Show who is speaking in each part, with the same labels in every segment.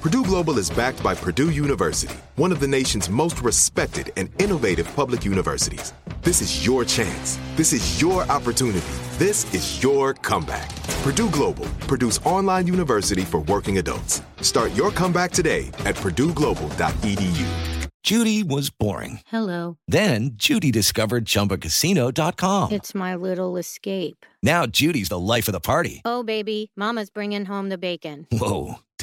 Speaker 1: Purdue Global is backed by Purdue University, one of the nation's most respected and innovative public universities. This is your chance. This is your opportunity. This is your comeback. Purdue Global, Purdue's online university for working adults. Start your comeback today at E purdueglobal.edu.
Speaker 2: Judy was boring.
Speaker 3: Hello.
Speaker 2: Then Judy discovered chumbacasino.com.
Speaker 3: It's my little escape.
Speaker 2: Now Judy's the life of the party.
Speaker 3: Oh, baby, Mama's bringing home the bacon.
Speaker 2: Whoa.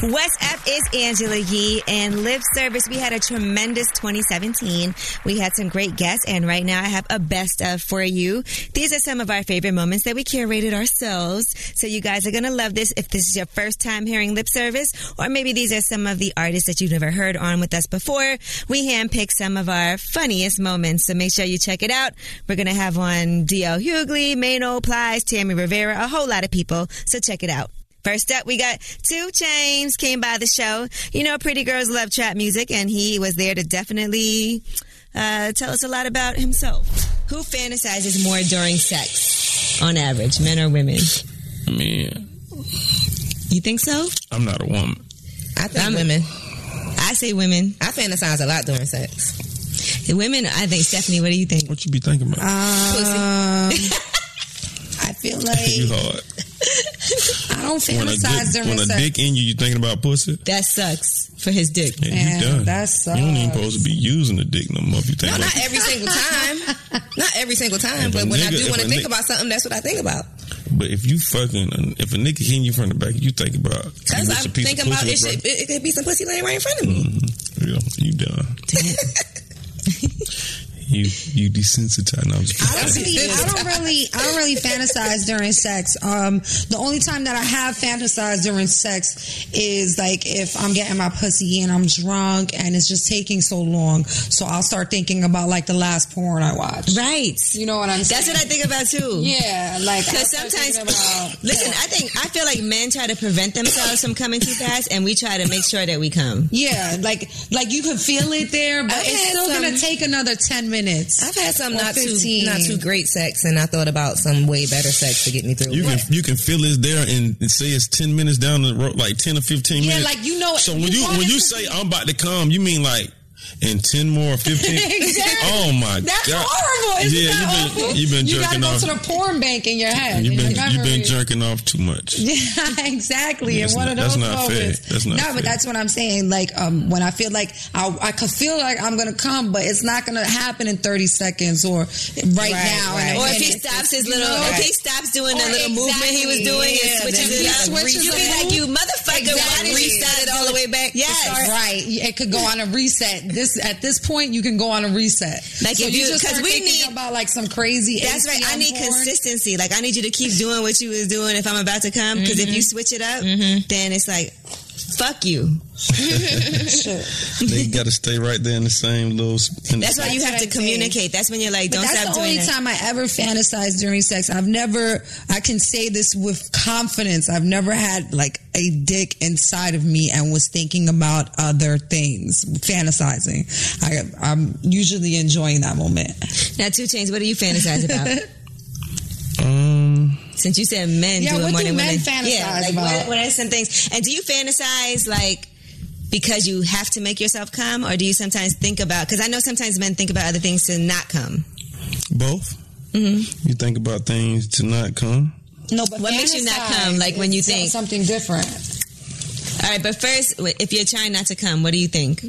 Speaker 4: What's up? It's Angela Yee and Lip Service. We had a tremendous 2017. We had some great guests, and right now I have a best of for you. These are some of our favorite moments that we curated ourselves. So you guys are going to love this if this is your first time hearing Lip Service, or maybe these are some of the artists that you've never heard on with us before. We handpick some of our funniest moments, so make sure you check it out. We're going to have on D.L. Hughley, Mano Plies, Tammy Rivera, a whole lot of people. So check it out. First up, we got Two Chains came by the show. You know, pretty girls love trap music, and he was there to definitely uh, tell us a lot about himself. Who fantasizes more during sex, on average, men or women?
Speaker 5: I mean,
Speaker 4: You think so?
Speaker 5: I'm not a woman.
Speaker 6: I think women.
Speaker 4: I say women.
Speaker 6: I fantasize a lot during sex.
Speaker 4: The women, I think. Stephanie, what do you think?
Speaker 5: What you be thinking about?
Speaker 6: I feel
Speaker 5: you
Speaker 6: like
Speaker 5: hard.
Speaker 6: I don't
Speaker 5: When a,
Speaker 6: fantasize
Speaker 5: dick,
Speaker 6: during
Speaker 5: when a
Speaker 6: sex.
Speaker 5: dick in you, you thinking about pussy?
Speaker 4: That sucks for his dick.
Speaker 5: And
Speaker 6: Man,
Speaker 5: you done.
Speaker 6: that
Speaker 5: you don't even supposed to be using the dick no more. If you think
Speaker 6: No,
Speaker 5: about
Speaker 6: not every single time. Not every single time.
Speaker 5: If a
Speaker 6: But when I do
Speaker 5: nigga- if
Speaker 6: want
Speaker 5: a
Speaker 6: to think
Speaker 5: nigga-
Speaker 6: about something, that's what I think about.
Speaker 5: But if you fucking, if a nigga hitting you from the back, you think about. you
Speaker 6: Because
Speaker 5: wish
Speaker 6: I
Speaker 5: a piece of
Speaker 6: think about
Speaker 5: pussy
Speaker 6: it,
Speaker 5: was
Speaker 6: should,
Speaker 5: right-
Speaker 6: it. It could be some pussy laying right in front of me.
Speaker 5: Yeah, you done. you you desensitized. No, I'm just
Speaker 7: I don't, really, I don't really, I don't really fantasize during sex. Um, the only time that I have fantasized during sex is like if I'm getting my pussy and I'm drunk and it's just taking so long. So I'll start thinking about like the last porn I watched.
Speaker 4: Right.
Speaker 7: You know what I'm saying?
Speaker 4: That's what I think about too.
Speaker 7: Yeah, like
Speaker 4: Because
Speaker 7: I'll start
Speaker 4: sometimes,
Speaker 7: thinking about-
Speaker 4: listen, I think I feel like men try to prevent themselves from coming too fast, and we try to make sure that we come.
Speaker 7: Yeah, like like you could feel it there, but
Speaker 6: I've
Speaker 7: it's
Speaker 6: had
Speaker 7: still gonna
Speaker 6: some-
Speaker 7: take another ten minutes.
Speaker 6: I've had some
Speaker 7: Or
Speaker 6: not too
Speaker 7: 15.
Speaker 6: not too great sex, and I thought about some way better sex to get me through.
Speaker 5: You can you can feel it's there and and say it's ten minutes down the road, like ten or fifteen
Speaker 7: Yeah,
Speaker 5: minutes.
Speaker 7: like, you know-
Speaker 5: So
Speaker 7: you
Speaker 5: when you
Speaker 7: want
Speaker 5: when
Speaker 7: it
Speaker 5: you
Speaker 7: to
Speaker 5: say
Speaker 7: be-
Speaker 5: I'm about to come, you mean like in ten more fifteen?
Speaker 7: Exactly.
Speaker 5: Oh my
Speaker 7: That's
Speaker 5: god!
Speaker 7: horrible. Isn't
Speaker 5: yeah,
Speaker 7: that
Speaker 5: you've been
Speaker 7: awful?
Speaker 5: you've been
Speaker 7: You gotta
Speaker 5: jerking
Speaker 7: go
Speaker 5: off.
Speaker 7: to the porn bank in your head.
Speaker 5: you've
Speaker 7: in your
Speaker 5: been you've been
Speaker 7: memories.
Speaker 5: jerking off too much.
Speaker 7: Yeah, exactly.
Speaker 5: That's
Speaker 7: and one
Speaker 5: not-
Speaker 7: of
Speaker 5: that's
Speaker 7: those
Speaker 5: not fair.
Speaker 7: moments.
Speaker 5: That's not
Speaker 7: no,
Speaker 5: fair.
Speaker 7: but that's what I'm saying. Like um, when I feel like I, I could feel like I'm gonna come, but it's not gonna happen in 30 seconds or right, now.
Speaker 6: right.
Speaker 7: in a
Speaker 4: Or if he
Speaker 7: minute.
Speaker 4: stops his little,
Speaker 7: You know?
Speaker 4: if he stops doing the
Speaker 7: Or
Speaker 4: little movement he was
Speaker 7: exactly.
Speaker 4: doing
Speaker 7: Yeah,
Speaker 4: and switches
Speaker 7: then
Speaker 4: it
Speaker 7: he
Speaker 4: up,
Speaker 7: switches
Speaker 4: you be
Speaker 7: the
Speaker 4: like, you motherfucker, why
Speaker 7: Exactly.
Speaker 4: did you start it all the way back? Yes.
Speaker 7: Right, it could go on a reset. This at this point, you can go on a reset.
Speaker 4: Like
Speaker 7: so
Speaker 4: if you-
Speaker 7: just
Speaker 4: 'cause
Speaker 7: start
Speaker 4: we
Speaker 7: thinking
Speaker 4: need-
Speaker 7: about like some crazy.
Speaker 4: That's right. I
Speaker 7: ACM
Speaker 4: need
Speaker 7: porn.
Speaker 4: consistency. Like I need you to keep doing what you was doing if I'm about to come. Because if you
Speaker 7: Mm-hmm.
Speaker 4: switch it up, then it's like, fuck you.
Speaker 5: they got to stay right there in the same little. s- In the
Speaker 4: That's why you
Speaker 7: That's
Speaker 4: have
Speaker 7: what
Speaker 4: to
Speaker 7: I'm saying.
Speaker 4: communicate. That's when you're like,
Speaker 7: But
Speaker 4: don't
Speaker 7: that's
Speaker 4: stop
Speaker 7: the
Speaker 4: doing
Speaker 7: only
Speaker 4: that.
Speaker 7: time I ever fantasized during sex. I've never, I can say this with confidence. I've never had like a dick inside of me and was thinking about other things, fantasizing. I, I'm usually enjoying that moment.
Speaker 4: Now, two chains. What do you fantasize about?
Speaker 5: Um,
Speaker 4: Since you said men
Speaker 7: Yeah,
Speaker 4: do it
Speaker 7: what
Speaker 4: more
Speaker 7: do
Speaker 4: than
Speaker 7: men
Speaker 4: women.
Speaker 7: fantasize
Speaker 4: yeah, like,
Speaker 7: about?
Speaker 4: What, what are some things? And do you fantasize like because you have to make yourself come, or do you sometimes think about? Because I know sometimes men think about other things to not come.
Speaker 5: both.
Speaker 7: Mm-hmm.
Speaker 5: You think about things to not come.
Speaker 7: No, but
Speaker 4: What makes you not
Speaker 7: fantasize
Speaker 4: come, like, when you
Speaker 7: is
Speaker 4: think?
Speaker 7: something different?
Speaker 4: All right, but first, w- if you're trying not to come, what do you think?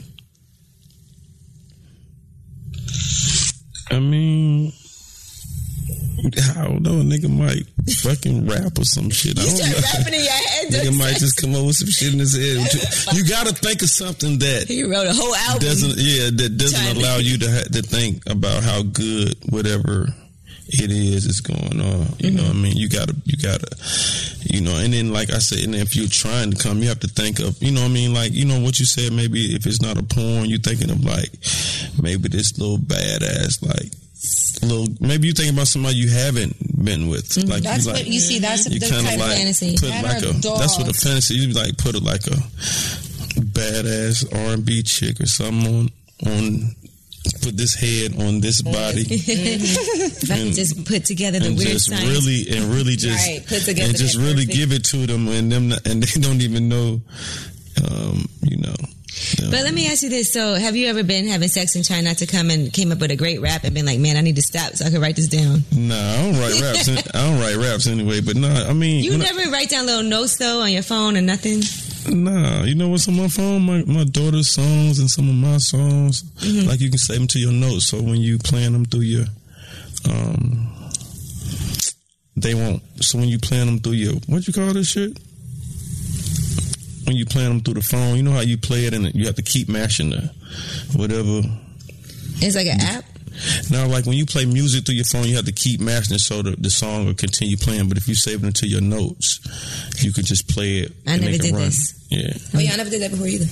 Speaker 5: I mean, I don't know. A nigga might fucking rap or some shit. I
Speaker 4: You
Speaker 5: don't
Speaker 4: start
Speaker 5: know.
Speaker 4: rapping in your head. don't
Speaker 5: Nigga
Speaker 4: you?
Speaker 5: might just come up with some shit in his head. You gotta think of something that
Speaker 4: He wrote a whole album.
Speaker 5: doesn't, yeah, that doesn't
Speaker 4: Timing.
Speaker 5: allow you to ha- to think about how good whatever it is is going on. You know what I
Speaker 4: Mm-hmm.
Speaker 5: mean? You gotta, you gotta, you know. And then, like I said, and if you're trying to come, you have to think of, you know what I mean? Like, you know what you said. Maybe if it's not a porn, you're thinking of like maybe this little badass like. Little, maybe you think about somebody you haven't been with.
Speaker 4: Mm-hmm.
Speaker 5: Like
Speaker 7: That's
Speaker 5: you like,
Speaker 7: what you see. That's
Speaker 5: you
Speaker 7: the
Speaker 5: kind
Speaker 7: type
Speaker 5: of like
Speaker 7: of fantasy.
Speaker 5: put
Speaker 7: That
Speaker 5: like
Speaker 7: are
Speaker 5: a that's what a
Speaker 7: dogs.
Speaker 5: fantasy you like put a like a badass R and B chick or something on on put this head on this body and,
Speaker 4: just put together the
Speaker 5: and
Speaker 4: weird
Speaker 5: just
Speaker 4: science.
Speaker 5: really and really just
Speaker 6: Right, put together
Speaker 5: and just
Speaker 6: that
Speaker 5: really
Speaker 6: perfect-
Speaker 5: give it to them and them not, and they don't even know um you know um,
Speaker 4: But let me ask you this: So, have you ever been having sex and trying not to come, and came up with a great rap, and been like, "Man, I need to stop so I can write this down"?
Speaker 5: nah I don't write raps I don't write raps anyway but no nah, I mean
Speaker 4: You
Speaker 5: when I-
Speaker 4: never write down little notes though on your phone or nothing.
Speaker 5: Nah, you know what's on my phone? My, my daughter's songs and some of my songs.
Speaker 4: Mm-hmm.
Speaker 5: Like you can save them to your notes, so when you playing them through your, um, they won't. So when you playing them through your, what you call this shit? When you playing them through the phone, you know how you play it, and you have to keep mashing the whatever.
Speaker 4: It's like an app.
Speaker 5: Now, like when you play music through your phone, you have to keep mashing it so the, the song will continue playing. But if you save it to your notes, you could just play it.
Speaker 4: I
Speaker 5: and
Speaker 4: never
Speaker 5: it can
Speaker 4: did
Speaker 5: run.
Speaker 4: this.
Speaker 5: Yeah.
Speaker 6: Oh yeah, I never did that before either.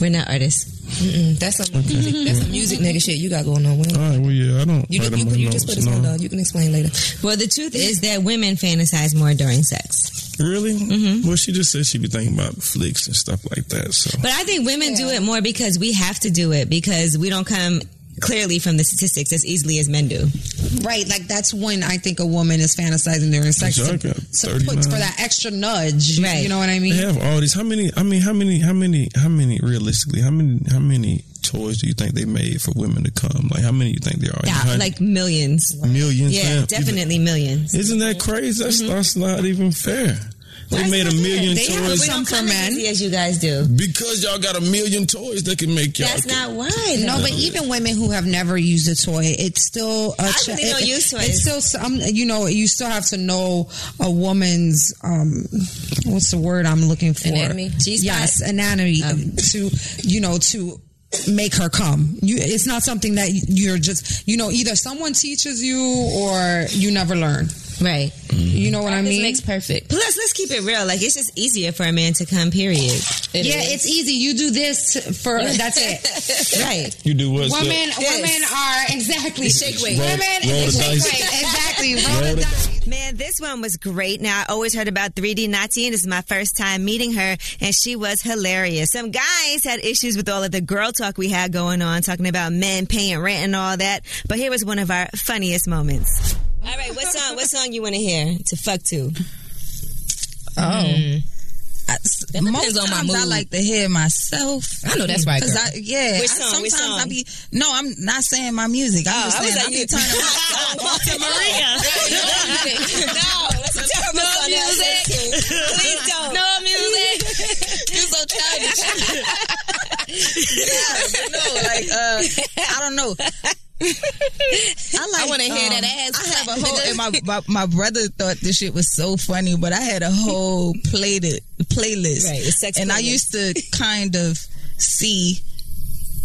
Speaker 4: We're not artists.
Speaker 6: Mm-mm, that's some music, that's some music nigga shit you got going on. We don't-
Speaker 5: All right, Oh, well, yeah, I don't
Speaker 6: You, you,
Speaker 5: write them
Speaker 6: you,
Speaker 5: my
Speaker 6: just
Speaker 5: notes,
Speaker 6: put us
Speaker 5: no.
Speaker 6: on dog. You can explain later.
Speaker 4: Well, the truth is that women fantasize more during sex,
Speaker 5: Really? Mm-hmm. Well, she just said she be thinking about flicks and stuff like that. So
Speaker 4: but I think women do it more because we have to do it because we don't come clearly from the statistics as easily as men do.
Speaker 7: Right, like that's when I think a woman is fantasizing during sex
Speaker 5: Y'all
Speaker 7: to,
Speaker 5: got
Speaker 7: to put
Speaker 5: 39.
Speaker 7: for that extra nudge.
Speaker 4: Right.
Speaker 7: You know what I mean?
Speaker 5: they have all these. How many? I mean, how many? How many? How many? Realistically, how many? How many toys do you think they made for women to come? Like, how many you think there are?
Speaker 4: Yeah,
Speaker 5: Hundred-
Speaker 4: like millions.
Speaker 5: millions.
Speaker 4: Yeah,
Speaker 5: Damn.
Speaker 4: definitely millions.
Speaker 5: Isn't that crazy? That's, that's not even fair. They
Speaker 4: Why is
Speaker 5: made
Speaker 4: it
Speaker 5: a
Speaker 4: not fair?
Speaker 5: million
Speaker 4: They have-
Speaker 5: toys
Speaker 4: we don't
Speaker 7: Some for
Speaker 4: come as
Speaker 7: men.
Speaker 4: easy as you guys do.
Speaker 5: because y'all got a million toys that can make y'all.
Speaker 4: That's not why.
Speaker 7: No,
Speaker 4: though.
Speaker 7: but even women who have never used a toy, it's still a
Speaker 4: I really don't use toys.
Speaker 7: It's still some, you know, you still have to know a woman's um, what's the word I'm looking for?
Speaker 6: Anatomy?
Speaker 4: G-spot?
Speaker 7: Yes, anatomy to you know to make her come. You, it's not something that you're just you know either someone teaches you or you never learn.
Speaker 4: right.
Speaker 7: You know what I
Speaker 6: This
Speaker 7: mean?
Speaker 6: makes perfect.
Speaker 4: Plus, let's keep it real. Like it's just easier for a man to come. Period.
Speaker 6: It
Speaker 7: yeah,
Speaker 6: is.
Speaker 7: it's easy. You do this for that's it.
Speaker 4: right.
Speaker 5: You do what? Steph?
Speaker 7: Women, women are exactly
Speaker 6: Shake weight.
Speaker 5: Roll-
Speaker 7: Women,
Speaker 5: roll the
Speaker 7: shake
Speaker 5: dice.
Speaker 7: weight. Exactly. Roll
Speaker 5: Roll
Speaker 7: the
Speaker 5: the-
Speaker 7: dice.
Speaker 4: Man, this one was great. Now, I always heard about 3D Nazi, and this is my first time meeting her, and she was hilarious. Some guys had issues with all of the girl talk we had going on, talking about men paying rent and all that. But here was one of our funniest moments. All right, what song? What song you want to hear to fuck to?
Speaker 8: Oh. I, most
Speaker 6: Mm-hmm. depends on
Speaker 8: times
Speaker 6: my
Speaker 8: I
Speaker 6: mood.
Speaker 8: like to hear myself.
Speaker 6: I know that's right,
Speaker 8: 'Cause
Speaker 6: girl.
Speaker 8: I, yeah.
Speaker 4: Which
Speaker 8: I-
Speaker 4: song? Which
Speaker 8: sometimes I
Speaker 4: song?
Speaker 8: be no. I'm not saying my music. I'm
Speaker 4: Oh,
Speaker 8: just
Speaker 4: I was
Speaker 8: saying
Speaker 4: like,
Speaker 8: I
Speaker 4: you-
Speaker 8: be turning myself on to Maria.
Speaker 4: No, that's a terrible song.
Speaker 8: that was
Speaker 4: Please don't. No music.
Speaker 8: Oh, You're so childish. yeah, no, like uh, I don't know. I like. um,
Speaker 6: wanna hear
Speaker 9: um,
Speaker 6: that ass
Speaker 8: I have
Speaker 6: clap.
Speaker 8: a whole. And my, my my brother thought this shit was so funny, but I had a whole plated playlist.
Speaker 4: Right, it's sex
Speaker 8: and I
Speaker 4: playlist.
Speaker 8: used to kind of see.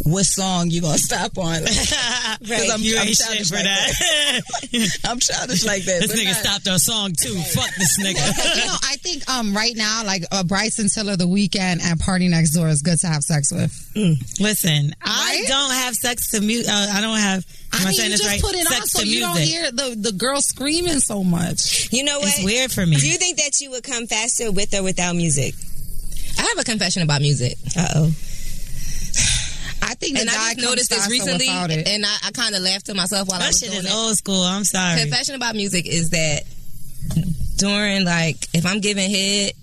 Speaker 8: What song you gonna stop on? Because I'm,
Speaker 10: You
Speaker 8: I'm
Speaker 10: ain't
Speaker 8: childish
Speaker 10: shit for
Speaker 8: like that.
Speaker 10: that.
Speaker 8: I'm childish like that.
Speaker 10: this
Speaker 8: but
Speaker 10: nigga
Speaker 8: not-
Speaker 10: stopped our song too. Fuck this nigga.
Speaker 7: you know, I think um right now, like uh, Bryson Tiller, the weekend at Party Next Door is good to have sex with.
Speaker 10: Listen, I
Speaker 7: Right?
Speaker 10: don't have sex to music. Uh, I don't have. Am I,
Speaker 7: I mean,
Speaker 10: saying
Speaker 7: you
Speaker 10: this
Speaker 7: just
Speaker 10: right?
Speaker 7: put it
Speaker 10: sex
Speaker 7: on so
Speaker 10: to
Speaker 7: you
Speaker 10: music.
Speaker 7: don't hear the the girl screaming so much.
Speaker 4: You know what?
Speaker 10: It's weird for me.
Speaker 4: Do you think that you would come faster with or without music?
Speaker 6: I have a confession about music,
Speaker 4: Uh oh.
Speaker 7: I think the
Speaker 6: and
Speaker 7: guy
Speaker 6: I just noticed this recently,
Speaker 7: without it.
Speaker 6: and I, I kind of laughed to myself while I
Speaker 10: That
Speaker 6: was
Speaker 10: shit
Speaker 6: doing
Speaker 10: is
Speaker 6: it.
Speaker 10: old school. I'm sorry.
Speaker 6: Confession about music is that during like if I'm giving head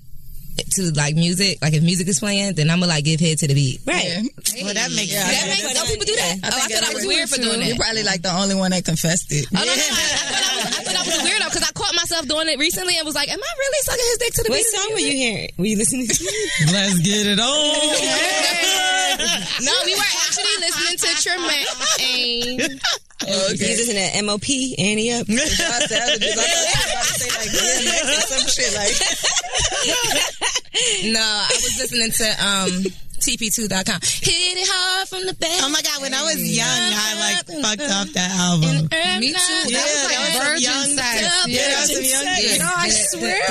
Speaker 11: to like music, like if music is playing, then I'm gonna like give head to the beat.
Speaker 4: Right.
Speaker 12: Well, that makes
Speaker 8: Yeah.
Speaker 12: sense.
Speaker 8: That makes-
Speaker 11: Some people do that. oh, I thought I was weird for doing
Speaker 8: You're
Speaker 11: that.
Speaker 8: probably like the only one that confessed it.
Speaker 11: Oh, no, no, no, I, I, thought I, was, I thought I was a weirdo because I caught myself doing it recently and was like, "Am I really sucking his dick to the
Speaker 4: What
Speaker 11: beat?" of
Speaker 4: song were
Speaker 11: music?
Speaker 4: you hearing? Were you listening to?
Speaker 12: Let's get it on.
Speaker 11: No, we were actually listening to Tremaine.
Speaker 4: You listening to M.O.P. Annie up?
Speaker 8: I said, I was just like, I was about to say, like, yeah, next or some shit. Like,
Speaker 11: no, I was listening to um tp2.com. Hit it hard from the back.
Speaker 12: Oh my god, when I was young, I like fucked up that album.
Speaker 11: Me too.
Speaker 12: Yeah, that was some young sex. Yeah, that was some young shit.
Speaker 7: No, I swear.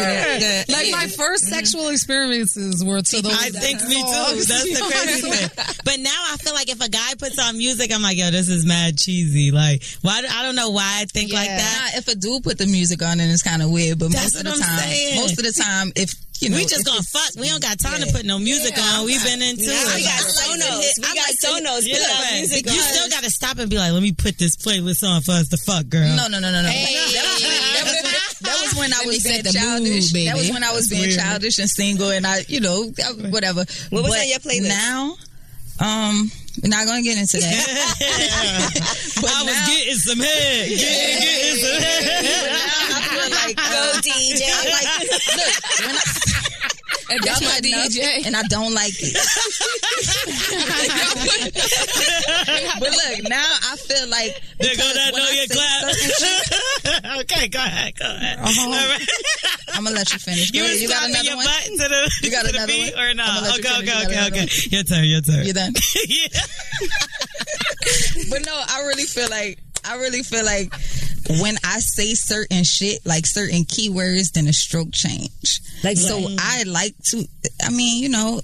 Speaker 7: Like my first sexual experiences were to those.
Speaker 12: I think me too. That's the crazy thing. But now I feel like if a guy puts on music, I'm like, yo, this is mad cheesy. Like, why? do- I don't know why I think like that.
Speaker 8: Nah, if a dude put the music on, then it's kind of weird. But
Speaker 12: That's
Speaker 8: most of the
Speaker 12: what I'm
Speaker 8: time,
Speaker 12: saying.
Speaker 8: most of the time, if you know,
Speaker 12: we just
Speaker 8: if
Speaker 12: gonna
Speaker 8: it's-
Speaker 12: fuck. We don't got time to put no music on. We've been into it.
Speaker 4: we got Sonos. We got Sonos. Put that
Speaker 12: Yeah.
Speaker 4: music
Speaker 12: you
Speaker 4: on.
Speaker 12: still gotta stop and be like, let me put this playlist on for us to fuck, girl.
Speaker 8: No, no, no, no, no. That, was when, that was when I was being childish.
Speaker 11: mood,
Speaker 8: that was
Speaker 11: baby.
Speaker 8: when I was being childish and single, and I, you know, I- whatever.
Speaker 4: What was
Speaker 8: But
Speaker 4: on your playlist?
Speaker 8: Now, um, we're not gonna get into that. but
Speaker 12: I was
Speaker 8: now,
Speaker 12: getting some head. Getting, getting some head.
Speaker 4: Go DJ.
Speaker 8: like, look, when I,
Speaker 11: That's
Speaker 8: y'all
Speaker 11: my
Speaker 8: putting up,
Speaker 11: DJ.
Speaker 8: and I don't like it. but look, now I feel like
Speaker 12: They're gonna
Speaker 8: when
Speaker 12: know
Speaker 8: I
Speaker 12: your
Speaker 8: say
Speaker 12: clap. okay, go ahead, go ahead. All right.
Speaker 8: I'm gonna Uh-huh. let you finish. Go
Speaker 12: You were
Speaker 8: ahead. You got
Speaker 12: slapping
Speaker 8: another
Speaker 12: your
Speaker 8: one?
Speaker 12: butt to the,
Speaker 8: You got
Speaker 12: to the
Speaker 8: another
Speaker 12: beat
Speaker 8: one?
Speaker 12: or
Speaker 8: I'ma
Speaker 12: not?
Speaker 8: let you
Speaker 12: Okay,
Speaker 8: finish. You got
Speaker 12: okay, okay,
Speaker 8: another
Speaker 12: okay.
Speaker 8: one?
Speaker 12: Your turn, your turn.
Speaker 8: You done?
Speaker 12: yeah.
Speaker 8: but no, I really feel like I really feel like when I say certain shit, like certain keywords, then a stroke change.
Speaker 4: Like
Speaker 8: so, I like to. I mean, you know.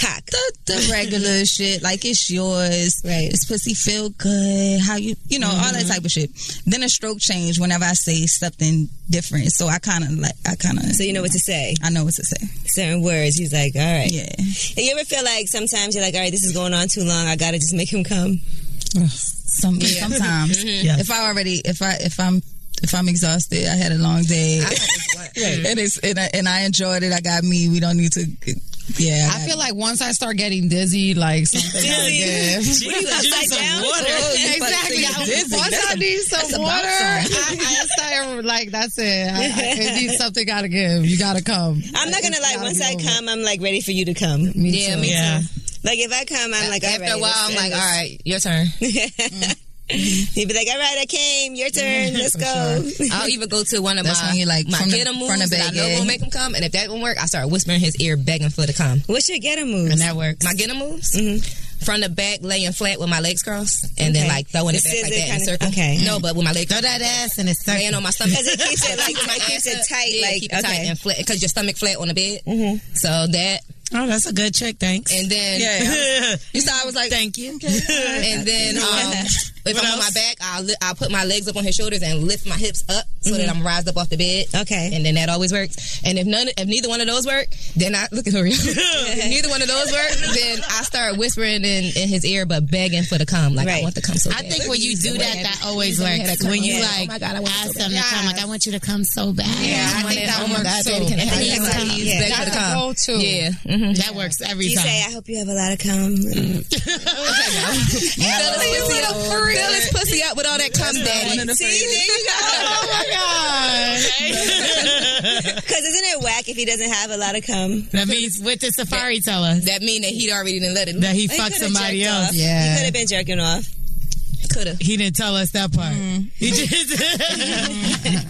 Speaker 8: Cock. The, the regular shit, like it's yours.
Speaker 4: Right. Mm-hmm.
Speaker 8: This pussy feel good. How you, you know, all that type of shit. Then a stroke change whenever I say something different. So I kind of like, I kind of.
Speaker 4: So you know what to say.
Speaker 8: I know what to say.
Speaker 4: Certain words. He's like, all right.
Speaker 8: Yeah.
Speaker 4: And you ever feel like sometimes you're like, all right, this is going on too long. I gotta just make him come. Mm-hmm.
Speaker 8: Some, Sometimes.
Speaker 12: Yes.
Speaker 8: If I already, if I, if I'm, if I'm exhausted, I had a long day. and it's and I, and I enjoyed it. I got me. We don't need to. Yeah, I, feel like
Speaker 7: once I start getting dizzy, like something.
Speaker 12: Jesus, you need some water.
Speaker 7: Exactly. I- Once I need some water, I, I start like that's it. I, I, it needs something gotta give. You gotta come.
Speaker 4: I'm not gonna lie.
Speaker 7: gotta
Speaker 4: Once
Speaker 7: be
Speaker 4: I
Speaker 7: over.
Speaker 4: come, I'm like ready for you to come.
Speaker 11: Yeah, me
Speaker 12: Yeah.
Speaker 4: Like if I come, I'm like, all
Speaker 11: After
Speaker 4: right,
Speaker 11: a while, I'm
Speaker 4: let's
Speaker 11: like, all
Speaker 4: end
Speaker 11: right, your turn.
Speaker 4: this. He'd be like, all right, I came. Your turn. Let's go.
Speaker 11: I'll even go to one of
Speaker 8: Mm-hmm. That's
Speaker 11: my,
Speaker 8: when you, like,
Speaker 11: my
Speaker 8: from the-
Speaker 11: get 'em moves
Speaker 8: from the
Speaker 11: that I
Speaker 8: back,
Speaker 11: know
Speaker 8: yeah.
Speaker 11: will make him come. And if that won't work, I start whispering in his ear, begging for the come.
Speaker 4: What's your get a move?
Speaker 11: that works. My get 'em moves? From the back, laying flat with my legs crossed, and
Speaker 4: Okay.
Speaker 11: then like throwing it
Speaker 4: The
Speaker 11: back like
Speaker 4: scissor
Speaker 11: that in a
Speaker 4: kinda-
Speaker 11: circle.
Speaker 4: okay.
Speaker 11: No, but with my legs
Speaker 12: Throw that ass in a circle.
Speaker 11: laying on my stomach.
Speaker 4: Because it keeps it like it keeps it tight.
Speaker 11: Yeah,
Speaker 4: like
Speaker 11: keep it
Speaker 4: okay.
Speaker 11: tight and flat because your stomach flat on the bed. Mm-hmm. So that,
Speaker 12: Oh, that's a good trick. Thanks.
Speaker 11: and then
Speaker 12: you saw I was like, thank you.
Speaker 11: and then um, if
Speaker 12: What
Speaker 11: I'm on my
Speaker 12: else?
Speaker 11: back, I will I put my legs up on his shoulders and lift my hips up so that I'm rised up off the bed.
Speaker 4: Okay.
Speaker 11: and then that always works. And if none, if neither one of those work, then I look at her. if neither one of those work, then I start whispering in, in his ear, but begging for the cum. Like
Speaker 4: Right.
Speaker 11: I want the cum so
Speaker 13: I
Speaker 11: bad.
Speaker 13: think when you do that, that always
Speaker 11: Somebody had
Speaker 13: works.
Speaker 11: to come
Speaker 13: When you
Speaker 11: on. Yeah.
Speaker 13: like
Speaker 11: Oh my God, I want
Speaker 13: ask
Speaker 11: to
Speaker 13: them to come, like I want you to come so bad. "Oh Yeah,
Speaker 11: I think that one works too. Can I have
Speaker 13: think
Speaker 11: your
Speaker 13: that's how-
Speaker 11: cum, please?
Speaker 4: yeah.
Speaker 11: Beg for the
Speaker 4: That's a
Speaker 11: cum.
Speaker 7: go-to.
Speaker 11: Yeah.
Speaker 13: that works every
Speaker 4: You
Speaker 13: time.
Speaker 4: Mm-hmm. say, I hope you have a lot of cum.
Speaker 8: Mm-hmm.
Speaker 11: Fill his pussy up. Fill his pussy up with all that cum, daddy.
Speaker 4: oh my god! Because isn't it whack if he doesn't have a lot of cum?
Speaker 13: that means with the safari teller
Speaker 11: That mean that he'd already done let it.
Speaker 13: that he
Speaker 4: He
Speaker 13: fucked
Speaker 4: coulda
Speaker 13: somebody
Speaker 4: jerked
Speaker 13: else.
Speaker 4: Off.
Speaker 13: Yeah,
Speaker 4: He could have been jerking off.
Speaker 11: Coulda.
Speaker 13: He didn't tell us that part. He just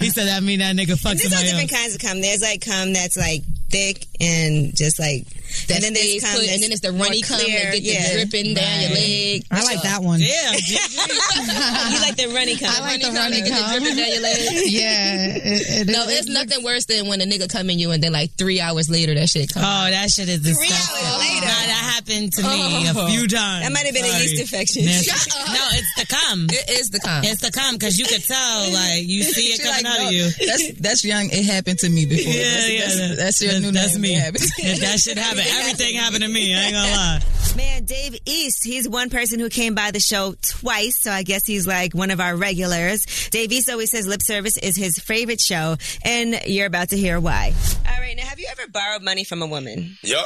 Speaker 13: he said that mean that nigga fucked
Speaker 4: There's all
Speaker 13: somebody
Speaker 4: different
Speaker 13: else.
Speaker 4: kinds of cum. There's like cum that's like thick and just like.
Speaker 11: That
Speaker 4: and then there's
Speaker 11: stays
Speaker 4: cum
Speaker 11: put,
Speaker 4: that's
Speaker 11: and then it's the
Speaker 4: more
Speaker 11: runny cum
Speaker 4: clear.
Speaker 11: that get
Speaker 4: yeah.
Speaker 11: the dripping down your leg.
Speaker 12: I like that one.
Speaker 13: Yeah,
Speaker 4: You like the runny cum.
Speaker 13: like the runny
Speaker 11: Get the dripping down your leg.
Speaker 12: Yeah.
Speaker 11: No, it's nothing worse than when a nigga come in you and then like three hours later that shit come.
Speaker 12: Oh, that shit is disgusting.
Speaker 4: hours later.
Speaker 12: Nah, that happened to me a few times.
Speaker 4: That might have been a
Speaker 12: Sorry.
Speaker 4: yeast infection.
Speaker 12: Nasty. No, it's the cum.
Speaker 11: It is the cum.
Speaker 12: It's the cum because you could tell, like you see
Speaker 8: She
Speaker 12: it coming
Speaker 8: like,
Speaker 12: out
Speaker 8: no,
Speaker 12: of you.
Speaker 8: That's that's young. It happened to me before.
Speaker 12: Yeah,
Speaker 8: that's,
Speaker 12: yeah,
Speaker 8: That's,
Speaker 12: that-
Speaker 8: that's your
Speaker 12: that-
Speaker 8: new
Speaker 12: that's
Speaker 8: name.
Speaker 12: me.
Speaker 8: It happened.
Speaker 12: If that shit happened, everything happened to me. I ain't gonna lie.
Speaker 4: Man, Dave East, he's one person who came by the show twice, so I guess he's like one of our regulars. Dave East always says lip service is his favorite show, and you're about to hear why. All right, now have you ever borrowed money from a woman?
Speaker 14: Yep.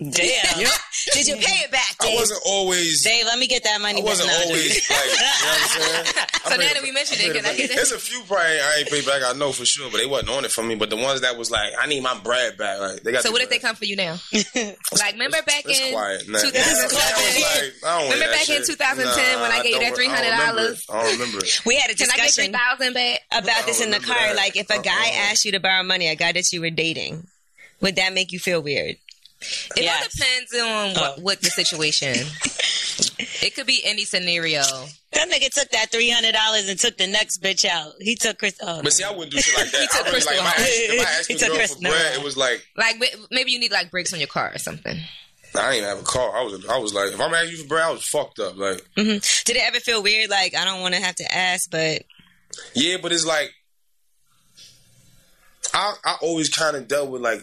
Speaker 4: Damn.
Speaker 14: Yep.
Speaker 4: Did you pay it back,
Speaker 14: I wasn't always.
Speaker 4: Dave, let me get that money.
Speaker 14: I wasn't
Speaker 4: back. No, I'm
Speaker 14: always
Speaker 4: joking.
Speaker 14: like. You know what I'm saying? I
Speaker 11: So
Speaker 14: paid
Speaker 11: now that we mentioned
Speaker 14: I
Speaker 11: it,
Speaker 14: paid
Speaker 11: can I
Speaker 14: back.
Speaker 11: get that?
Speaker 14: There's a few probably I ain't paid back. I know for sure, but they wasn't on it for me. But the ones that was like, I need my bread back. Like they got.
Speaker 11: So
Speaker 14: the
Speaker 11: what if
Speaker 14: bread.
Speaker 11: they come for you now? like remember back
Speaker 14: It's
Speaker 11: in
Speaker 14: quiet. Nah.
Speaker 11: 2010
Speaker 14: I was like, I don't want
Speaker 11: Remember
Speaker 14: that
Speaker 11: back in
Speaker 14: shit.
Speaker 11: 2010 when I
Speaker 14: Nah,
Speaker 11: gave you
Speaker 14: don't-
Speaker 11: that
Speaker 14: $300? I don't remember it.
Speaker 4: We had a
Speaker 11: Can I get
Speaker 4: discussion about this in the car.
Speaker 14: that.
Speaker 4: Like, if a guy asked you to borrow money, a guy that you were dating, would that make you feel weird?
Speaker 11: It all depends on
Speaker 12: Oh.
Speaker 11: what, what the situation. it could be any scenario.
Speaker 12: That nigga took that three hundred dollars and took the next bitch out. He took Chris. Oh,
Speaker 14: But see, I wouldn't do shit like that.
Speaker 11: He took
Speaker 14: I really, like, if
Speaker 11: Crystal
Speaker 14: I asked, if I asked
Speaker 11: He
Speaker 14: a
Speaker 11: took
Speaker 14: girl for
Speaker 11: Crystal.
Speaker 14: bread, it was like,
Speaker 11: Like ma- maybe you need like brakes on your car or something.
Speaker 14: I didn't even have a car. I was, I was like, if I'm asking you for bread, I was fucked up. Like,
Speaker 4: hmm Did it ever feel weird? Like, I don't want to have to ask, but
Speaker 14: yeah, but it's like, I, I always kind of dealt with like,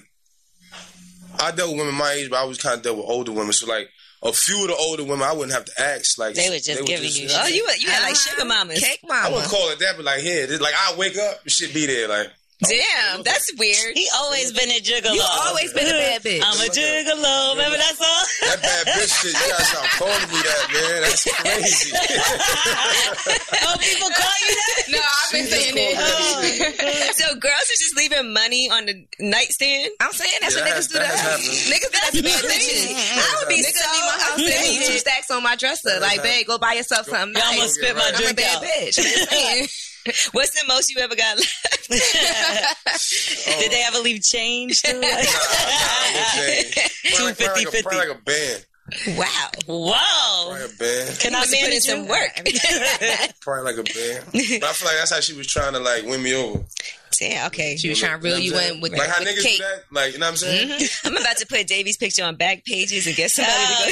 Speaker 14: I dealt with women my age, but I always kind of dealt with older women. So like, a few of the older women, I wouldn't have to ask. Like,
Speaker 12: They was just giving you
Speaker 4: oh, you were- you had like
Speaker 11: Uh-huh.
Speaker 4: sugar mamas, cake
Speaker 14: I wouldn't call it that, but like, yeah, this, like I wake up, shit be there. Like,
Speaker 4: Damn,
Speaker 12: that's
Speaker 4: weird.
Speaker 12: He always been a gigolo.
Speaker 14: You always been a bad bitch.
Speaker 12: I'm a gigolo. Remember that song?
Speaker 14: that bad bitch shit, you gotta stop calling me that, man. That's crazy.
Speaker 12: oh, people call you that?
Speaker 11: no, I've been saying
Speaker 4: it. Oh. so girls are just leaving money on the nightstand.
Speaker 11: I'm saying that's
Speaker 14: Yeah,
Speaker 11: what niggas do.
Speaker 14: that
Speaker 11: to
Speaker 14: has
Speaker 11: us.
Speaker 14: happened.
Speaker 11: Niggas do that to bad bitches.
Speaker 4: I would be
Speaker 11: niggas
Speaker 4: so
Speaker 11: leave my house and leave two
Speaker 4: upset.
Speaker 11: stacks on my dresser. Like, babe, go buy yourself something.
Speaker 12: Y'all
Speaker 11: nice.
Speaker 12: must spit my
Speaker 11: I'm
Speaker 12: drink
Speaker 11: a bad
Speaker 12: out.
Speaker 11: bitch. I'm just saying.
Speaker 4: What's the most you ever got? left?
Speaker 12: Did they ever leave change? too?
Speaker 14: Probably like- probably like a- Probably like a band.
Speaker 4: wow.
Speaker 12: Wow.
Speaker 14: Probably a band.
Speaker 12: Can I
Speaker 4: Must have put in
Speaker 12: manage
Speaker 4: some
Speaker 12: some
Speaker 4: work.
Speaker 14: Probably like a band. But I feel like that's how she was trying to like win me over.
Speaker 4: Damn, okay.
Speaker 11: She was trying to
Speaker 14: You
Speaker 11: reel you
Speaker 14: know what I'm saying?
Speaker 11: in with
Speaker 14: like how
Speaker 11: with
Speaker 14: niggas
Speaker 11: cake.
Speaker 14: do that. Like you know what I'm saying?
Speaker 11: Mm-hmm.
Speaker 4: Mhm. I'm about to put Davey's picture on back pages and get somebody
Speaker 12: Oh,
Speaker 4: to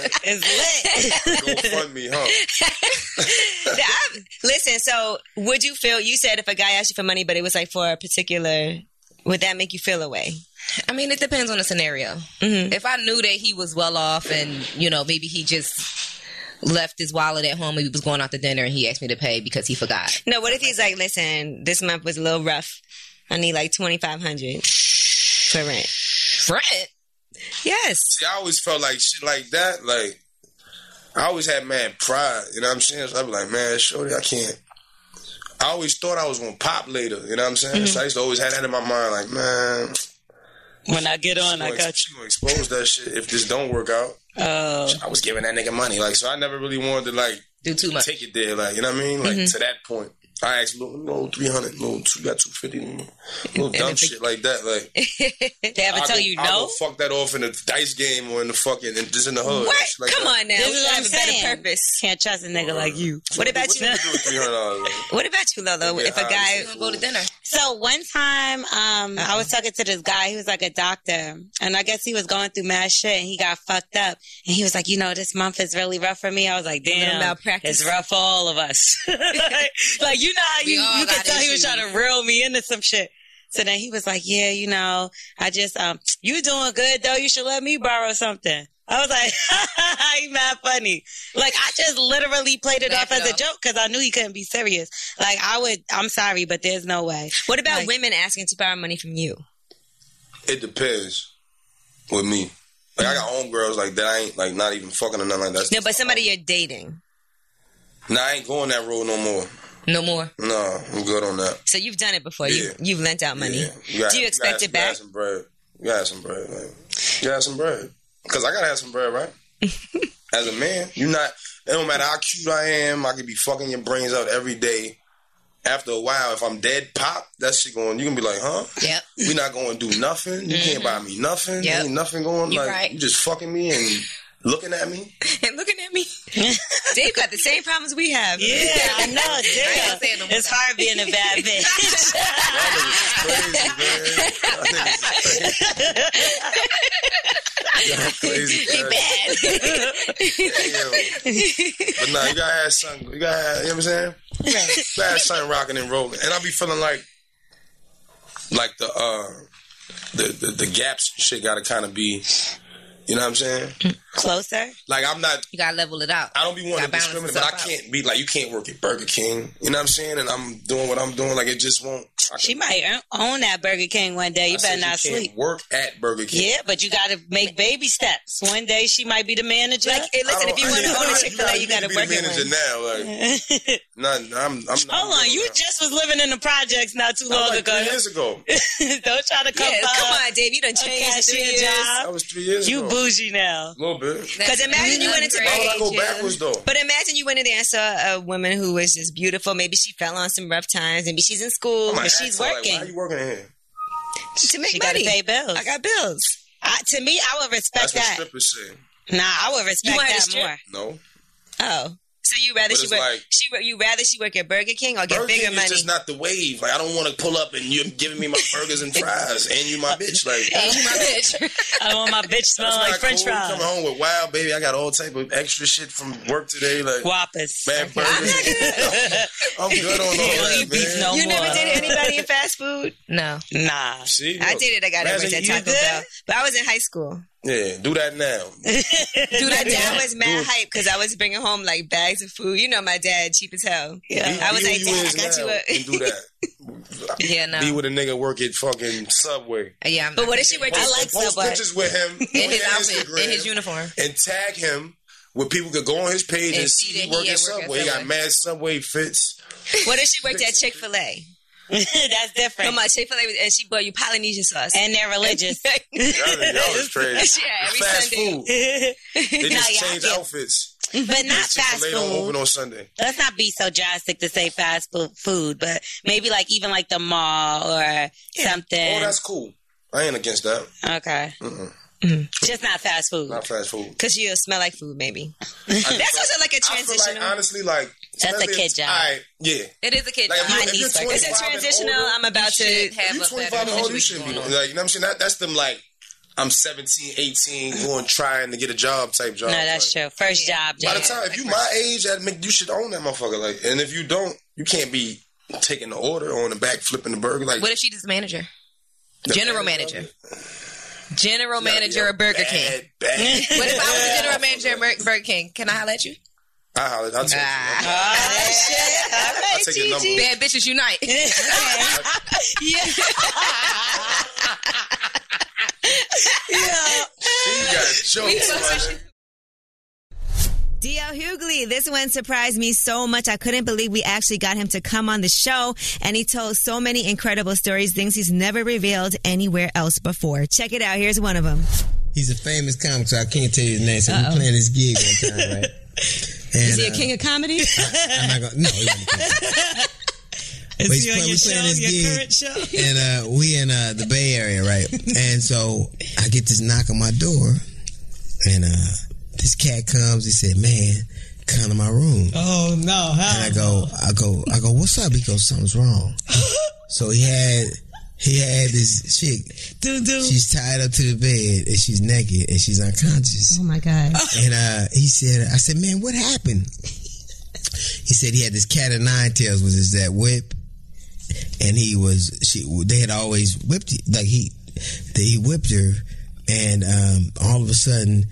Speaker 12: yeah. It's lit.
Speaker 4: Mm-hmm.
Speaker 14: Go fund me, huh?
Speaker 4: Now, I'm- Listen, so would you feel you said if a guy asked you for money, but it was like for a particular, would that make you feel away? Mm-hmm.
Speaker 11: I mean, it depends on the scenario. If I knew that he was well off and, you know, maybe he just left his wallet at home and he was going out to dinner and he asked me to pay because he forgot.
Speaker 4: No, what if he's like, listen, this month was a little rough. I need like twenty five hundred for rent.
Speaker 11: Rent?
Speaker 4: Yes.
Speaker 14: See, I always felt like shit like that. Like I always had mad pride. You know what I'm saying? So I'd be like, man, shorty, I can't. I always thought I was gonna pop later. You know what I'm saying? So I used to always have that in my mind. Like, man,
Speaker 12: When I get on,
Speaker 14: she
Speaker 12: I
Speaker 14: gonna,
Speaker 12: got
Speaker 14: she gonna expose that shit if this don't work out.
Speaker 12: you. Oh.
Speaker 14: I was giving that nigga money. Like, so I never really wanted to like
Speaker 11: Do too much.
Speaker 14: take it there. Like, you know what I mean? Like to that point. I asked little, little 300, little two, got 250, little, little dumb
Speaker 11: if it-
Speaker 14: shit like that. Like,
Speaker 12: They ever
Speaker 14: I
Speaker 12: tell
Speaker 14: go-
Speaker 12: you
Speaker 14: I go
Speaker 12: no?
Speaker 14: fuck that off in the dice game or in the fucking, and just in the hood.
Speaker 4: What?
Speaker 14: Shit Like
Speaker 4: Come
Speaker 14: that.
Speaker 4: on now.
Speaker 12: This
Speaker 4: We
Speaker 12: is what
Speaker 4: have
Speaker 12: I'm
Speaker 4: a better
Speaker 12: saying.
Speaker 4: purpose.
Speaker 12: Can't trust a nigga like you.
Speaker 4: What about
Speaker 14: What
Speaker 4: you?
Speaker 14: you do with $300? man?
Speaker 4: What about you, Lolo?
Speaker 14: Yeah,
Speaker 4: If a guy,
Speaker 14: I-
Speaker 11: Go to dinner.
Speaker 12: So one time, um, I was talking to this guy. He was like a doctor, and I guess he was going through mad shit, and he got fucked up. And he was like, you know, this month is really rough for me. I was like, damn,
Speaker 4: malpractice.
Speaker 12: it's rough for all of us. like you know, how
Speaker 11: We
Speaker 12: you
Speaker 11: all
Speaker 12: you could
Speaker 11: got
Speaker 12: tell he was
Speaker 11: issues.
Speaker 12: trying to reel me into some shit. So then he was like, yeah, you know, I just um, you doing good though. You should let me borrow something. I was like, he mad funny. Like I just literally played it
Speaker 11: Laugh
Speaker 12: off
Speaker 11: it
Speaker 12: as a
Speaker 11: off.
Speaker 12: joke because I knew he couldn't be serious. Like I would, I'm sorry, but there's no way.
Speaker 4: what about
Speaker 12: Like-
Speaker 4: women asking to borrow money from you?
Speaker 14: It depends with me. Like, I got homegirls like that. I ain't, like, not even fucking or nothing like that.
Speaker 4: No, but somebody you're dating.
Speaker 14: Nah, I ain't going that road no more.
Speaker 11: No more.
Speaker 14: No, I'm good on that.
Speaker 4: So you've done it before.
Speaker 14: Yeah.
Speaker 4: You you've lent out money.
Speaker 14: Yeah. got-
Speaker 4: Do you expect
Speaker 14: got-
Speaker 4: it back?
Speaker 14: You got some bread. You got some bread. Like, you got some bread. Because I got to have some bread, right? As a man, you not, it don't matter how cute I am, I could be fucking your brains out every day. After a while, if I'm dead pop, that shit going, you going to be like, huh?
Speaker 11: Yep.
Speaker 14: We not going to do nothing. You
Speaker 4: Mm-hmm.
Speaker 14: can't buy me nothing.
Speaker 11: Yep.
Speaker 14: Ain't nothing going.
Speaker 11: You
Speaker 14: like,
Speaker 11: right.
Speaker 14: you just fucking me and looking at me.
Speaker 11: And looking at me.
Speaker 4: Dave got the same problems we have.
Speaker 12: Yeah, I know.
Speaker 11: gonna say it no
Speaker 12: Damn.
Speaker 11: more
Speaker 12: It's hard being a bad bitch.
Speaker 14: Y'all niggas is crazy, man. Y'all niggas is crazy. Y'all crazy. man. Damn. But nah, you gotta have something. You gotta have, you know what I'm saying? You gotta have something rocking and rolling. And I be feeling like like the uh the, the, the gaps and shit gotta kinda be You know what I'm saying?
Speaker 10: Closer.
Speaker 14: Like I'm not.
Speaker 11: You gotta level it out.
Speaker 14: I don't be wanting to discriminate, but I can't be like you can't work at Burger King. You know what I'm saying? And I'm doing what I'm doing. Like it just won't. I
Speaker 10: She might earn- own that Burger King one day. You
Speaker 14: I said
Speaker 10: better not
Speaker 14: you can't
Speaker 10: sleep.
Speaker 14: Work at Burger King.
Speaker 10: Yeah, but you got to make baby steps. One day she might be the manager. Like, hey,
Speaker 14: listen, if you
Speaker 10: want to own a Chick Fil A,
Speaker 14: You
Speaker 10: you
Speaker 14: need
Speaker 10: got
Speaker 14: to
Speaker 10: to
Speaker 14: be
Speaker 10: work
Speaker 14: the
Speaker 10: it.
Speaker 14: manager now. Like, nothing. I'm. I'm not
Speaker 10: Hold on, you just was living in the projects not too
Speaker 14: That was
Speaker 10: long
Speaker 14: like
Speaker 10: ago.
Speaker 14: three years ago.
Speaker 10: Don't try to come.
Speaker 11: Yeah,
Speaker 10: by
Speaker 11: come on, Dave. You done
Speaker 10: a
Speaker 11: changed
Speaker 10: cashier
Speaker 11: three years.
Speaker 10: job.
Speaker 14: That was three years
Speaker 10: You
Speaker 14: ago.
Speaker 10: bougie now.
Speaker 14: A little bit.
Speaker 4: Because imagine you went into
Speaker 14: Why would I go backwards though?
Speaker 4: But imagine you went in there and saw a woman who was just beautiful. Maybe she fell on some rough times. Maybe she's in school,
Speaker 14: I'm
Speaker 4: but
Speaker 14: like,
Speaker 4: she's
Speaker 14: like,
Speaker 4: working
Speaker 14: why you working here?
Speaker 4: to make
Speaker 10: She gotta
Speaker 4: money.
Speaker 10: pay bills.
Speaker 4: I got bills.
Speaker 10: I, to me, I would respect
Speaker 14: That's what
Speaker 10: that.
Speaker 14: strippers say.
Speaker 10: Nah, I would respect
Speaker 4: want her
Speaker 10: that
Speaker 4: to strip?
Speaker 10: more.
Speaker 14: No.
Speaker 4: Oh, so you rather
Speaker 14: But
Speaker 4: she
Speaker 14: it's
Speaker 4: work?
Speaker 14: like-
Speaker 4: she wo- you rather she work at Burger King or get
Speaker 14: Burger
Speaker 4: bigger
Speaker 14: King
Speaker 4: money?
Speaker 14: is just not the wave. Like I don't want to pull up and you're giving me my burgers and fries, and you my bitch. Like
Speaker 10: I want my bitch smelling
Speaker 14: That's
Speaker 10: like
Speaker 14: not
Speaker 10: French
Speaker 14: cool. You
Speaker 10: fries.
Speaker 14: Come home with wow, baby. I got all type of extra shit from work today, like
Speaker 10: whoppers,
Speaker 14: bad burgers. I'm good on all that, man.
Speaker 10: no
Speaker 4: you never
Speaker 10: more.
Speaker 4: did anybody in fast food.
Speaker 11: No.
Speaker 10: Nah.
Speaker 14: See,
Speaker 4: I
Speaker 14: look,
Speaker 4: did it. I got it
Speaker 14: imagine
Speaker 4: at
Speaker 14: you
Speaker 4: Taco
Speaker 14: did
Speaker 4: Bell, but I was in high school.
Speaker 14: Yeah, do that now.
Speaker 4: my dad was
Speaker 14: Do
Speaker 4: mad
Speaker 14: it.
Speaker 4: hype because I was bringing home like bags of food. You know, my dad cheap as hell. Yeah,
Speaker 14: Be-
Speaker 4: I was
Speaker 14: be
Speaker 4: like,
Speaker 14: who
Speaker 4: Dad, I
Speaker 14: is
Speaker 4: got
Speaker 14: now
Speaker 4: you
Speaker 14: and
Speaker 4: a.
Speaker 14: do that.
Speaker 11: Yeah, no.
Speaker 14: Be with a nigga work at fucking Subway.
Speaker 11: Yeah,
Speaker 4: But what if she worked at
Speaker 14: Post,
Speaker 4: like
Speaker 14: post
Speaker 4: Subway?
Speaker 14: pictures with him
Speaker 11: in
Speaker 14: on
Speaker 11: his
Speaker 14: your
Speaker 11: outfit, in his
Speaker 14: Instagram
Speaker 11: uniform.
Speaker 14: and tag him. Where people could go on his page and,
Speaker 11: And see
Speaker 14: see
Speaker 11: that
Speaker 14: he
Speaker 11: he
Speaker 14: work
Speaker 11: at work
Speaker 14: at
Speaker 11: at
Speaker 14: Subway. He got mad Subway fits.
Speaker 4: What if she worked at Chick Fil A?
Speaker 10: That's different.
Speaker 4: Come on, Chick Fil A, and she bought you Polynesian sauce.
Speaker 10: And they're religious.
Speaker 14: Y'all, y'all is crazy.
Speaker 4: Yeah, every
Speaker 14: fast
Speaker 4: Sunday.
Speaker 14: food. They
Speaker 10: Nah,
Speaker 14: just
Speaker 10: y'all
Speaker 14: change
Speaker 10: get-
Speaker 14: outfits.
Speaker 10: But not fast
Speaker 14: Chick-fil-A don't
Speaker 10: food.
Speaker 14: open on Sunday.
Speaker 10: Let's not be so drastic to say fast fu- food, but maybe like even like the mall or something.
Speaker 14: Oh, that's cool. I ain't against that.
Speaker 10: okay.
Speaker 14: Mm-mm.
Speaker 4: Mm.
Speaker 10: Just not fast food.
Speaker 14: Not fast food.
Speaker 4: Because you smell like food, maybe.
Speaker 14: I just
Speaker 4: That's
Speaker 14: don't-
Speaker 4: also like a
Speaker 14: I feel like
Speaker 4: transitional.
Speaker 14: honestly, like
Speaker 10: That's a
Speaker 14: especially
Speaker 10: kid
Speaker 14: if-
Speaker 10: job.
Speaker 14: All right, yeah.
Speaker 11: It is a kid
Speaker 14: Like,
Speaker 11: job.
Speaker 14: if you- if you're
Speaker 11: niece, like,
Speaker 4: it's a
Speaker 14: 25 and
Speaker 4: transitional.
Speaker 14: older,
Speaker 4: I'm about to.
Speaker 11: should have
Speaker 14: You
Speaker 11: a
Speaker 14: 25
Speaker 11: better
Speaker 14: and older, you shouldn't be
Speaker 11: situation going
Speaker 14: like you
Speaker 11: on.
Speaker 14: know what I'm saying. That, that's them like I'm 17, 18, going trying to get a job type job.
Speaker 10: no, that's
Speaker 14: like,
Speaker 10: true. First job,
Speaker 14: By
Speaker 10: job.
Speaker 14: the time if you my age, that make, you should own that motherfucker. Like, and if you don't, you can't be taking the order on the back, flipping the burger. Like,
Speaker 11: What if she just manager?
Speaker 14: the
Speaker 11: General
Speaker 14: manager-
Speaker 11: manager. General manager of Burger King.
Speaker 14: Bad, bad.
Speaker 11: What if I was the general manager of Bur- Burger King? Can I holler at you?
Speaker 14: I hollered. I told you.
Speaker 11: Ah.
Speaker 10: Oh, shit. All
Speaker 14: I
Speaker 10: right,
Speaker 14: take your
Speaker 10: Gigi.
Speaker 14: number.
Speaker 11: Bad bitches unite.
Speaker 10: Yeah.
Speaker 14: She got jokes. man.
Speaker 4: DL Hughley, this one surprised me so much. I couldn't believe we actually got him to come on the show, and he told so many incredible stories, things he's never revealed anywhere else before. Check it out. Here's one of them.
Speaker 15: He's a famous comic, so I can't tell you his name. So we playing this gig one time, right? And,
Speaker 4: Is he a
Speaker 15: uh,
Speaker 4: king of comedy?
Speaker 15: I'm not gonna. No, he wasn't a king. But he's play- we playing this gig,
Speaker 12: show?
Speaker 15: And uh, we in uh, the Bay Area, right? And so I get this knock on my door, and uh, this cat comes. He said, "Man, come to my room."
Speaker 12: Oh no!
Speaker 15: And I go, I go, I go, what's up? He goes, something's wrong. so he had, he had this chick. She's tied up to the bed and she's naked and she's unconscious.
Speaker 4: Oh my god!
Speaker 15: And uh, he said, I said, man, what happened? He said he had this cat of nine tails, was his that whip, and he was she. They had always whipped like he, they, he whipped her, and um, all of a sudden,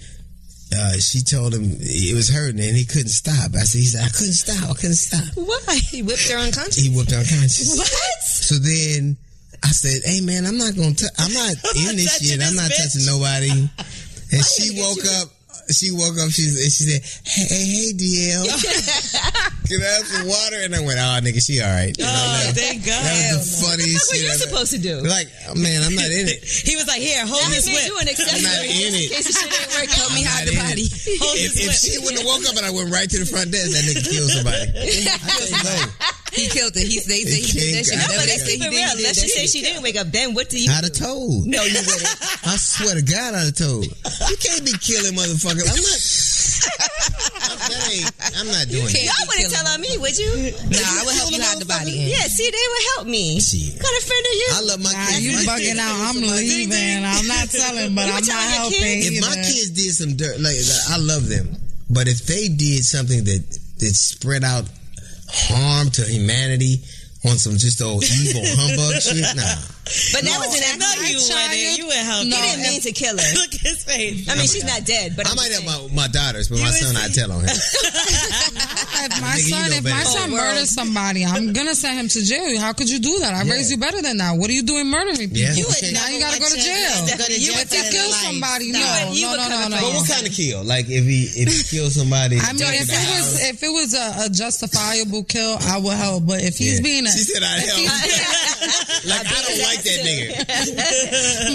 Speaker 15: uh, she told him it was hurting, and he couldn't stop. I said, he said, I couldn't stop, I couldn't stop.
Speaker 4: Why he whipped her unconscious?
Speaker 15: He whipped her unconscious.
Speaker 4: What?
Speaker 15: So then I said, "Hey man, I'm not gonna. T- I'm not in this shit. I'm not touching nobody." And she woke up. She woke up. She she said, "Hey, hey, DL, can I have some water?" And I went, "Oh, nigga, she all right." You know,
Speaker 12: Oh,
Speaker 15: like,
Speaker 12: thank God.
Speaker 15: that was the funniest
Speaker 12: What
Speaker 15: shit.
Speaker 12: you
Speaker 15: I've-
Speaker 12: supposed to do?
Speaker 15: Like, oh, man, I'm not in it.
Speaker 12: He was like, "Here, hold this whip."
Speaker 4: you an accessory.
Speaker 15: I'm not in it.
Speaker 4: case the shit ain't working. Help me
Speaker 15: I'm
Speaker 4: hide
Speaker 15: not
Speaker 4: the
Speaker 15: in it.
Speaker 4: body.
Speaker 12: Hold
Speaker 15: If,
Speaker 12: this
Speaker 15: if
Speaker 12: whip.
Speaker 15: she wouldn't have woke up and I went right to the front desk, that nigga killed somebody.
Speaker 11: He killed it. He, they
Speaker 15: It can't go.
Speaker 4: But let's keep it real. Let's just say she didn't wake up. Then what do you?
Speaker 15: I'd have told.
Speaker 4: No, you wouldn't.
Speaker 15: I swear to God, I'd have told. You can't be killing motherfuckers. I'm not. That ain't, I'm not doing it.
Speaker 4: Y'all wouldn't tell on me, would you?
Speaker 11: Nah, I would help you hide the body.
Speaker 4: Yeah, see, they would help me.
Speaker 15: Shit.
Speaker 4: What kind of friend are you?
Speaker 15: I love my
Speaker 8: Nah,
Speaker 15: kids.
Speaker 8: you
Speaker 15: My kids-
Speaker 8: bugging out. I'm leaving. I'm not telling, but
Speaker 4: You
Speaker 8: I'm not
Speaker 4: telling your
Speaker 8: helping.
Speaker 4: kids?
Speaker 15: If my
Speaker 8: either.
Speaker 15: kids did some dirt, like, like, I love them, but if they did something that that spread out harm to humanity on some just old evil humbug shit. Nah.
Speaker 4: But that was an
Speaker 10: No, you wouldn't. You wouldn't help
Speaker 4: He
Speaker 10: her.
Speaker 4: didn't mean to kill her.
Speaker 10: Look at his face.
Speaker 4: I mean, she's not dead, but
Speaker 15: I
Speaker 4: I'm
Speaker 15: might
Speaker 4: just
Speaker 15: have my, my daughters, but my son, I tell on him.
Speaker 16: If my
Speaker 15: Nigga, you
Speaker 16: son,
Speaker 15: know
Speaker 16: if my
Speaker 15: better.
Speaker 16: son
Speaker 15: Oh, world.
Speaker 16: murders somebody, I'm gonna send him to jail. How could you do that? I
Speaker 15: Yeah.
Speaker 16: raised you better than that. What are you doing murdering people?
Speaker 15: Yeah. You would
Speaker 16: now
Speaker 15: never
Speaker 16: you gotta go
Speaker 15: want
Speaker 16: to
Speaker 15: your
Speaker 16: jail.
Speaker 15: son to go to
Speaker 16: You
Speaker 15: jail
Speaker 16: would
Speaker 15: for
Speaker 16: to
Speaker 15: their
Speaker 16: kill
Speaker 15: life.
Speaker 16: somebody.
Speaker 15: No.
Speaker 16: No,
Speaker 15: You
Speaker 16: no,
Speaker 15: would
Speaker 16: no,
Speaker 15: come
Speaker 16: no, no.
Speaker 15: But what kind of kill? Like if he if he killed somebody,
Speaker 16: I mean, if it was if it was a, a justifiable kill, I would help. But if he's
Speaker 15: Yeah.
Speaker 16: being a,
Speaker 15: She said I'd
Speaker 16: if
Speaker 15: help.
Speaker 16: he's-
Speaker 15: like I don't like that nigga.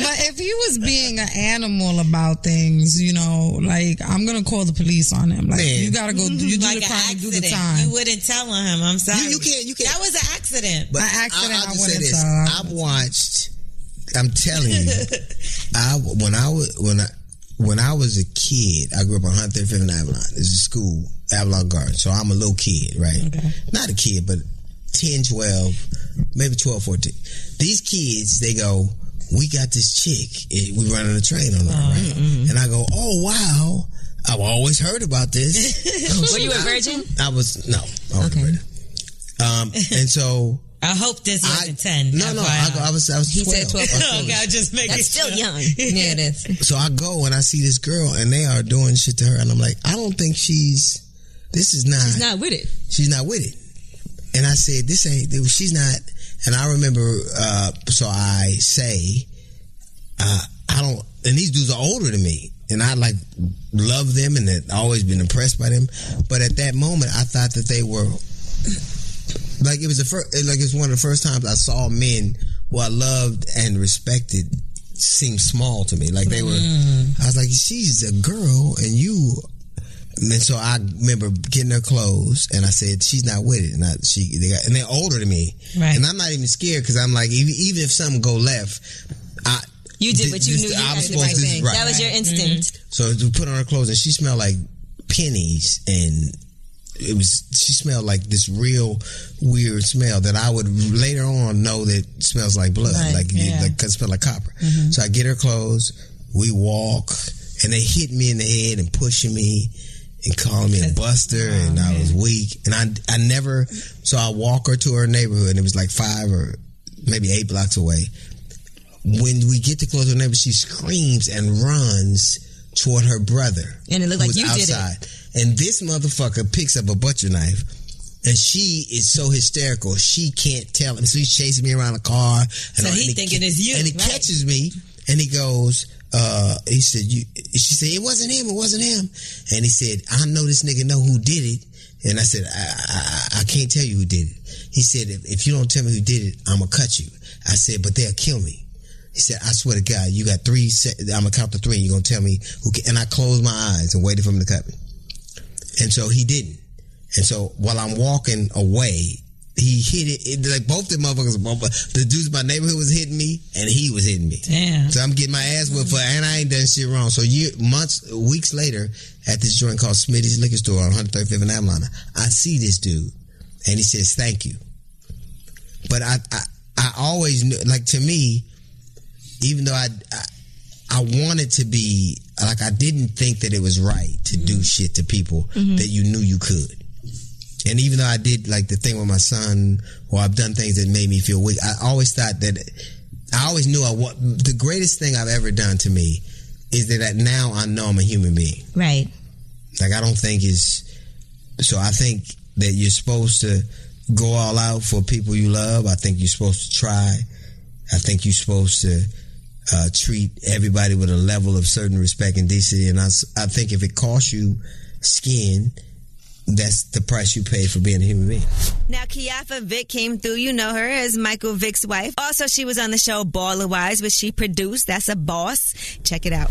Speaker 16: but if he was being an animal about things, you know, like I'm gonna call the police on him. Like
Speaker 10: Man.
Speaker 16: you gotta go. do- You do
Speaker 10: Like
Speaker 16: the
Speaker 10: an
Speaker 16: crime, you do the
Speaker 10: accident.
Speaker 16: time.
Speaker 10: You wouldn't tell on him. I'm sorry. You, can't. You can't. That was an accident.
Speaker 15: But I, will just say this: I've watched. I'm telling you, I when I was when I when I was a kid, I grew up on 135th and Avalon. It's a school, Avalon Garden. So I'm a little kid, right? Not a kid, but 10, 12, maybe 12, 14. These kids, they go, "We got this chick. It- we running a train on her, right?" And I go, "Oh wow." I've always heard about this.
Speaker 10: Were you a virgin?
Speaker 15: I was no. I was a virgin. Um, and so
Speaker 10: I hope this wasn't ten.
Speaker 15: no, no, I, go- I was, I was. 12. I was
Speaker 10: okay, I just make
Speaker 4: That's still young. Yeah, it is.
Speaker 15: So I go and I see this girl, and they are doing shit to her, and I'm like, I don't think she's. This is not.
Speaker 4: She's not with it.
Speaker 15: She's not with it. And I said, this ain't. She's not. And I remember. Uh, so I say, uh, I don't. And these dudes are older than me, and I like love them, and had always been impressed by them. But at that moment, I thought that they were like it was the first like it's one of the first times I saw men who I loved and respected seem small to me. Like they were I was like, She's a girl and you and so I remember getting her clothes and I said, She's not with it and I, she they got and they're older than me.
Speaker 10: Right.
Speaker 15: And I'm not even scared because I'm like even, even if something go left, I
Speaker 4: You did what you
Speaker 15: this-
Speaker 4: knew you
Speaker 15: I
Speaker 4: had
Speaker 15: was
Speaker 4: to do the right
Speaker 15: supposed to-
Speaker 4: thing. That was your instinct.
Speaker 15: so we put on her clothes, and she smelled like pennies, and it was she smelled like this real weird smell that I would later on know that smells like blood,
Speaker 17: Right,
Speaker 15: like
Speaker 17: yeah.
Speaker 15: like cause it smelled like copper.
Speaker 17: Mhm.
Speaker 15: So I get her clothes, we walk, and they hit me in the head and pushing me. And calling me a buster,
Speaker 17: oh,
Speaker 15: and I was weak, and I I never. So I walk her to her neighborhood, and it was like five or maybe eight blocks away when we get to close to her neighbor, she screams and runs toward her brother.
Speaker 4: And it looked like
Speaker 15: who was
Speaker 4: you did it.
Speaker 15: And this motherfucker picks up a butcher knife. And she is so hysterical, she can't tell him. So he's chasing me around the car. And
Speaker 10: So
Speaker 15: all-
Speaker 10: he
Speaker 15: and
Speaker 10: thinking
Speaker 15: ca-
Speaker 10: it's you,
Speaker 15: And he
Speaker 10: right.
Speaker 15: catches me and he goes, uh, he said, you, she said, it wasn't him, it wasn't him. And he said, I know this nigga know who did it. And I said, I, I- I, I can't tell you who did it. He said, if, if you don't tell me who did it, I'm going to cut you. I said, but they'll kill me. He said, I swear to God, you got three, se- I'm going to count to three and you're going to tell me who, ca-" and I closed my eyes and waited for him to cut me. And so he didn't. And so while I'm walking away, he hit it. it like both the motherfuckers, both, the dudes in my neighborhood was hitting me, and he was hitting me.
Speaker 10: Damn.
Speaker 15: So I'm getting my ass whipped for, and I ain't done shit wrong. So year, months, weeks later, at this joint called Smitty's Liquor Store on 135th and Avalon, I see this dude, and he says thank you. But I, I, I always knew, like to me, even though I, I, I wanted to be like I didn't think that it was right to do shit to people
Speaker 17: Mhm.
Speaker 15: that you knew you could. And even though I did like the thing with my son, or I've done things that made me feel weak, I always thought that I always knew I what the greatest thing I've ever done to me is that I, now I know I'm a human being.
Speaker 4: Right.
Speaker 15: Like I don't think it's so I think that you're supposed to go all out for people you love. I think you're supposed to try. I think you're supposed to uh, treat everybody with a level of certain respect and decency. And I, s- I think if it costs you skin, that's the price you pay for being a human being.
Speaker 4: Now, Kiafa Vick came through. You know her as Michael Vick's wife. Also, she was on the show Baller Wise, which she produced. That's a boss. Check it out.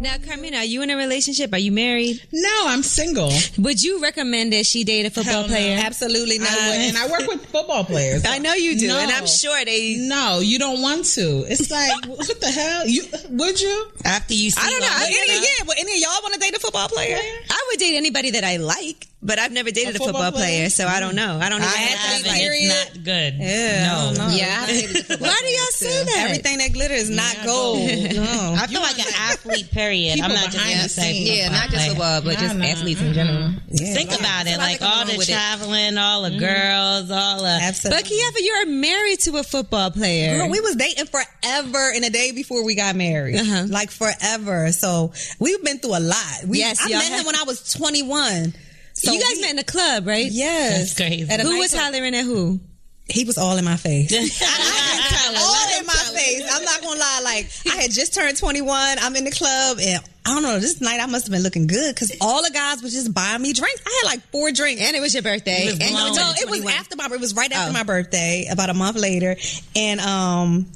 Speaker 4: Now, Carmen, are you in a relationship? Are you married?
Speaker 9: No, I'm single.
Speaker 4: Would you recommend that she date a football player?
Speaker 9: Absolutely not.
Speaker 4: Uh,
Speaker 9: and I work with football players.
Speaker 4: I know you do, and I'm sure they.
Speaker 9: No, you don't want to. It's like, what the hell? You would you?
Speaker 10: After you, see
Speaker 9: I don't know.
Speaker 10: what-
Speaker 9: Any, yeah, but any of y'all want to date a football player?
Speaker 4: I would date anybody that I like. but I've never dated a football,
Speaker 11: football
Speaker 4: player,
Speaker 11: player?
Speaker 4: so I don't know. I don't know.
Speaker 11: I haven't. It's
Speaker 4: It's not good. Yeah.
Speaker 9: Oh, No. Yeah, I haven't dated
Speaker 4: Why do y'all say that?
Speaker 9: Everything that glitters is not gold.
Speaker 4: No.
Speaker 9: I feel like an athlete. Period.
Speaker 11: People
Speaker 9: I'm not just
Speaker 11: behind
Speaker 9: gonna
Speaker 11: the
Speaker 9: say
Speaker 11: scenes. Yeah,
Speaker 9: football
Speaker 11: not just
Speaker 9: player.
Speaker 11: football, but just athletes
Speaker 9: Mm-hmm.
Speaker 11: in general. Yeah.
Speaker 9: Think about it, Mm-hmm. like all the
Speaker 4: with it.
Speaker 9: traveling, all the girls, all the
Speaker 4: Absolutely. But Kiefa, you are married to a football player.
Speaker 9: Girl, we was dating forever and a day before we got married.
Speaker 4: Uh-huh.
Speaker 9: Like forever. So we've been through a lot. We,
Speaker 4: Yes,
Speaker 9: I
Speaker 4: y'all
Speaker 9: met
Speaker 4: have-
Speaker 9: him when I was 21. So
Speaker 4: you guys met in the club, right?
Speaker 9: Yes. That's crazy. At a
Speaker 4: who was
Speaker 9: nightclub.
Speaker 4: hollering at who?
Speaker 9: He was all in my face. all in my face. I'm not gonna lie. Like I had just turned 21. I'm in the club, and I don't know. This night I must have been looking good because all the guys was just buying me drinks. I had like four drinks, and it was your birthday.
Speaker 4: You was
Speaker 9: and
Speaker 4: blown.
Speaker 9: no, it was after my. It was right
Speaker 11: Oh.
Speaker 9: after my birthday, about a month later, and um.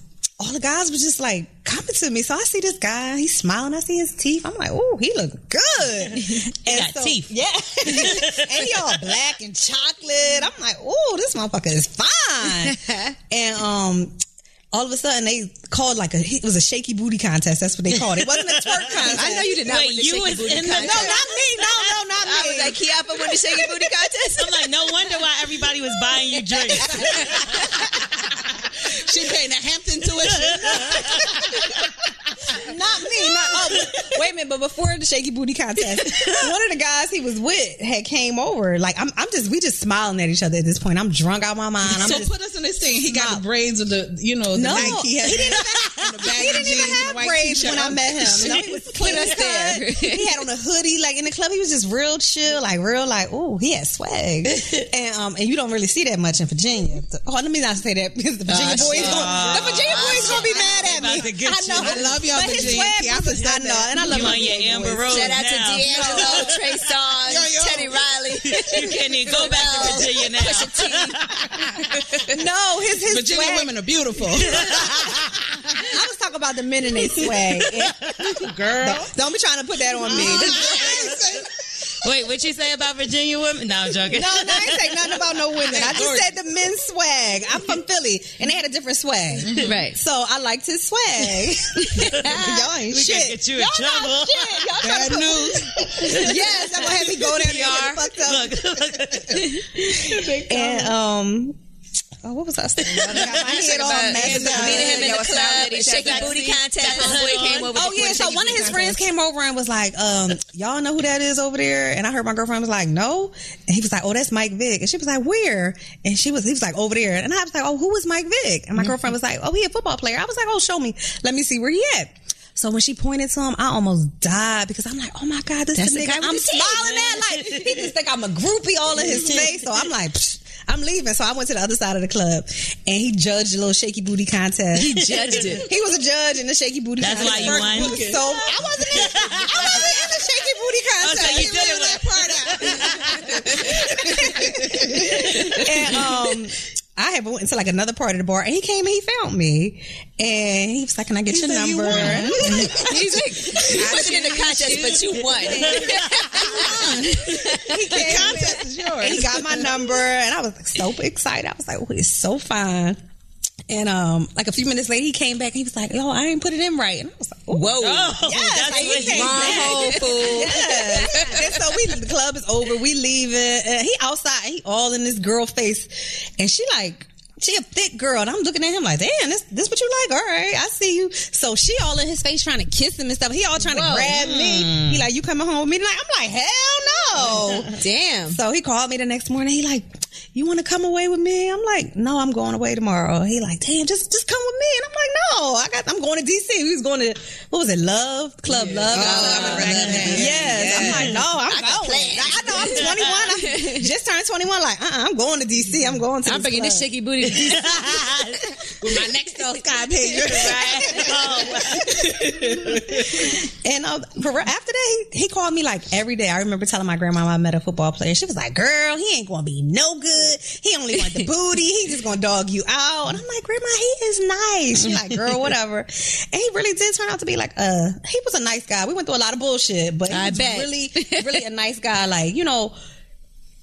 Speaker 9: All the guys was just like coming to me, so I see this guy. He's smiling. I see his teeth. I'm like, "Oh, he look good." he
Speaker 12: got teeth.
Speaker 9: yeah. and he all black and chocolate. I'm like, oh, this motherfucker is fine. and um, all of a sudden they called like a it was a shaky booty contest. That's what they called it. It wasn't a twerk contest.
Speaker 11: I know you did not Wait, win the you shaky was booty in the- contest.
Speaker 9: no, not me. No, no, not me.
Speaker 11: I was like, Kiapa won the shaky booty contest.
Speaker 12: I'm like, no wonder why everybody was buying you drinks.
Speaker 9: she paying a Hampton tuition. not me. Not, oh, but- wait a minute. But before the shaky booty contest, one of the guys he was with had came over. Like I'm, I'm just we just smiling at each other at this point. I'm drunk out my mind. I'm
Speaker 11: So
Speaker 9: just,
Speaker 11: put
Speaker 9: us in this thing.
Speaker 11: He got the
Speaker 9: braids of the you know
Speaker 11: the
Speaker 9: no,
Speaker 11: Nike
Speaker 9: he,
Speaker 11: had-
Speaker 9: didn't even, he didn't even have braids when I met him. No, he was clean as cut. He had on a hoodie, like in the club. He was just real chill, like real, like oh, he had swag. And um, and you don't really see that much in Virginia. So- oh, let me not say that because the Virginia
Speaker 12: Oh,
Speaker 9: boys,
Speaker 12: shit.
Speaker 9: gonna, the Virginia
Speaker 12: Oh,
Speaker 9: boys gonna be
Speaker 12: shit.
Speaker 9: mad at
Speaker 12: About
Speaker 9: me.
Speaker 12: to get
Speaker 9: I know,
Speaker 12: you. I love y'all
Speaker 9: but his
Speaker 12: Virginia
Speaker 9: swag
Speaker 12: tea. I
Speaker 9: was- I know, and I love
Speaker 12: You
Speaker 9: my
Speaker 12: on your
Speaker 9: Virginia
Speaker 12: Amber
Speaker 9: boys.
Speaker 12: Rose Shout out to now. D'Angelo,
Speaker 11: Trey Songz, Teddy Riley.
Speaker 12: You can't even go back to Virginia now.
Speaker 9: no, his his
Speaker 12: Virginia
Speaker 9: swag.
Speaker 12: women
Speaker 9: are beautiful. I was talking about the men in their swag, girl. Don't, don't be trying to put that on me.
Speaker 12: Wait, what you say about Virginia women? No, I'm joking.
Speaker 9: no, no, I ain't say nothing about no women. I just said the men's swag. I'm from Philly, and they had a different swag.
Speaker 12: Mm-hmm. Right.
Speaker 9: So I liked his swag. Y'all ain't
Speaker 12: We
Speaker 9: shit.
Speaker 12: could get you in
Speaker 9: Y'all
Speaker 12: trouble.
Speaker 9: Not shit. Y'all trying
Speaker 12: Bad
Speaker 9: to news. yes, I'm gonna have me go down there and get fucked up. and um. Oh, what was I saying? I got my head all messed up.
Speaker 11: him in the club, shaky booty contest. Homeboy came over
Speaker 9: Oh
Speaker 11: before
Speaker 9: yeah,
Speaker 11: the
Speaker 9: so
Speaker 11: shaky
Speaker 9: one of
Speaker 11: booty
Speaker 9: his friends came over and was like, um, "Y'all know who that is over there?" And I heard my girlfriend was like, "No," and he was like, "Oh, that's Mike Vick," and she was like, "Where?" And she was, he was like, "Over there," and I was like, "Oh, who is Mike Vick?" And my
Speaker 11: Mm-hmm.
Speaker 9: girlfriend was like, "Oh, he a football player." I was like, "Oh, show me. Let me see where he at." So when she pointed to him, I almost died because I'm like, "Oh my god, this
Speaker 12: That's
Speaker 9: the
Speaker 12: the
Speaker 9: nigga
Speaker 12: guy with
Speaker 9: I'm
Speaker 12: the teeth.
Speaker 9: smiling at." Like he just think I'm a groupie all in his face, so I'm like. Psh. I'm leaving, so I went to the other side of the club, and he judged a little shaky booty contest.
Speaker 12: He judged it.
Speaker 9: He was a judge in the shaky booty.
Speaker 12: That's
Speaker 9: contest.
Speaker 12: why you
Speaker 9: First
Speaker 12: won?
Speaker 9: book is So I wasn't in, I wasn't in the shaky booty contest.
Speaker 12: Oh, so you
Speaker 9: He
Speaker 12: did it
Speaker 9: leave that part out. and um, I had went to like another part of the bar, and he came and he found me, and he was like, "Can I get your
Speaker 11: said, "You
Speaker 9: number?"
Speaker 11: won.
Speaker 9: He's like,
Speaker 11: You put it in the contest, but you won.
Speaker 9: he came contest is yours. And he got my number, and I was like so excited. I was like, "Oh, it's so fine." And um, like a few minutes later, he came back and he was like, "Yo, I didn't put it in right." And I was like, "Whoa,
Speaker 12: Oh, that's
Speaker 9: like, he
Speaker 12: what he-
Speaker 9: came
Speaker 12: Wrong
Speaker 9: back.
Speaker 12: hole, fool.
Speaker 9: Yes. And so we, the club is over. We leaving. And he outside. He all in this girl face, and she like. She a thick girl, and I'm looking at him like, damn, this this what you like? All right, I see you. So she all in his face trying to kiss him and stuff. He all trying
Speaker 4: Whoa.
Speaker 9: to grab me.
Speaker 4: Hmm.
Speaker 9: He like, you coming home with me tonight? I'm like, hell no, damn. So he called me the next morning. He like, you want to come away with me? I'm like, no, I'm going away tomorrow. He like, damn, just just come with me. And I'm like, no, I got, I'm going to DC. He was going to what was it, Love Club, Love. yes. I'm like, no, I'm going. Like, I know I'm 21. I just turned 21. Like, uh-uh, I'm going to DC. I'm going to. I'm bringing this shaky booty to DC with my next door sky pig. And uh, for real, after that, he, he called me like every day. I remember telling my grandma I met a football player. She was like, "Girl, he ain't gonna be no good. He only want the booty. He just gonna dog you out." And I'm like, "Grandma, he is nice." She's like, "Girl, whatever." And he really did turn out to be like, "Uh, he was a nice guy. We went through a lot of bullshit, but he
Speaker 4: I
Speaker 9: was
Speaker 4: bet.
Speaker 9: really, really a nice guy. Like, you know."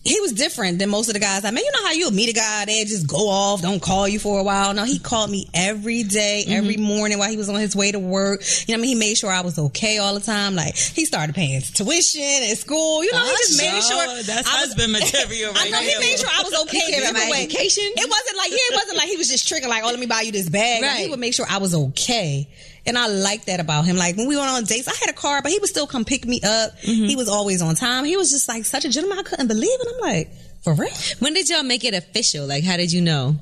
Speaker 9: he was different than most of the guys I met. You know how you'll meet a guy, they just go off, don't call you for a while. No, he called me every day,
Speaker 12: Mm-hmm.
Speaker 9: every morning while he was on his way to work. You know, what I mean, he made sure I was okay all the time. Like he started paying tuition at school. You know, he just made sure
Speaker 12: that's
Speaker 9: I was-
Speaker 12: husband material. Right
Speaker 9: I know
Speaker 12: there.
Speaker 9: he made sure I was okay.
Speaker 12: He care
Speaker 9: either
Speaker 12: about my
Speaker 9: way. It wasn't like yeah, it wasn't like he was just tricking like, oh, let me buy you this bag. Like, he
Speaker 12: Right.
Speaker 9: would make sure I was okay. And I like that about him. Like when we went on dates, I had a car, but he would still come pick me up.
Speaker 4: Mm-hmm.
Speaker 9: He was always on time. He was just like such a gentleman. I couldn't believe it. I'm like, for real?
Speaker 4: When did y'all make it official? Like, how did you know?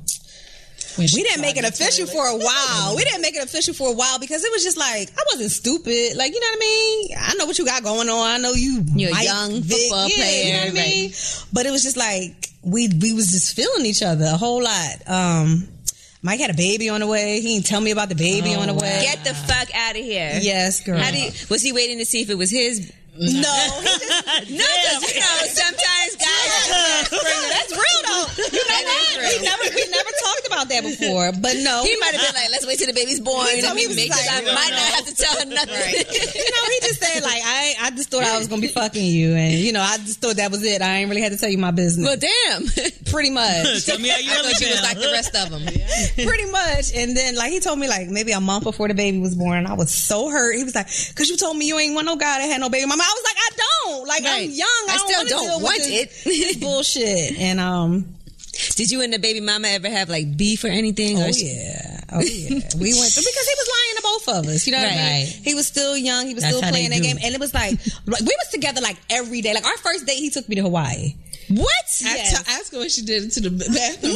Speaker 9: we didn't make it official for a while. we didn't make it official for a while because it was just like I wasn't stupid. Like you know what I mean? I know what you got going on. I know you.
Speaker 4: You're a
Speaker 9: Mike,
Speaker 4: young
Speaker 9: Vic,
Speaker 4: football
Speaker 9: yeah,
Speaker 4: player,
Speaker 9: You know what I
Speaker 4: right.
Speaker 9: mean? But it was just like we we was just feeling each other a whole lot. Um, Mike had a baby on the way. He didn't tell me about the baby
Speaker 4: Oh,
Speaker 9: on the way.
Speaker 4: Get the fuck out of here.
Speaker 9: Yes, girl.
Speaker 4: How do you, was he waiting to see if it was his?
Speaker 9: No, he just-
Speaker 4: no, because you know sometimes guys.
Speaker 9: That's real though. You know
Speaker 4: That is
Speaker 9: that? We
Speaker 4: real.
Speaker 9: never we never talked about that before. But no,
Speaker 4: He might have been like, "Let's wait till the baby's born
Speaker 9: He told
Speaker 4: and
Speaker 9: me he was
Speaker 4: make
Speaker 9: like,
Speaker 4: it. I
Speaker 9: "We don't
Speaker 4: might
Speaker 9: know."
Speaker 4: not have to tell her nothing."
Speaker 9: you know, he just said like I I just thought I was gonna be fucking you, and you know I just thought that was it. I ain't really had to tell you my business. Well,
Speaker 4: damn,
Speaker 9: pretty much.
Speaker 12: Tell me how you
Speaker 9: I
Speaker 12: really
Speaker 9: thought you was
Speaker 12: feel.
Speaker 9: like the rest
Speaker 4: of them.
Speaker 9: pretty much. And then like he told me like maybe a month before the baby was born, I was so hurt. He was like, "Cause you told me you ain't want no guy that had no baby mama." I was like, "I don't. Like
Speaker 4: Right.
Speaker 9: I'm young. I,
Speaker 4: I still
Speaker 9: wanna
Speaker 4: don't
Speaker 9: deal with
Speaker 4: want
Speaker 9: this- this bullshit." And um,
Speaker 4: did you and the baby mama ever have like beef or anything?
Speaker 9: Oh yeah, oh yeah. we went through because he was lying to both of us. You know what I mean?
Speaker 4: Right.
Speaker 9: He was still young. He was
Speaker 4: That's
Speaker 9: still
Speaker 4: how they
Speaker 9: playing that
Speaker 4: do.
Speaker 9: game, and it was like like, we was together like every day. Like our first date, he took me to Hawaii. What? Yes.
Speaker 12: Ask her what she did to the bathroom.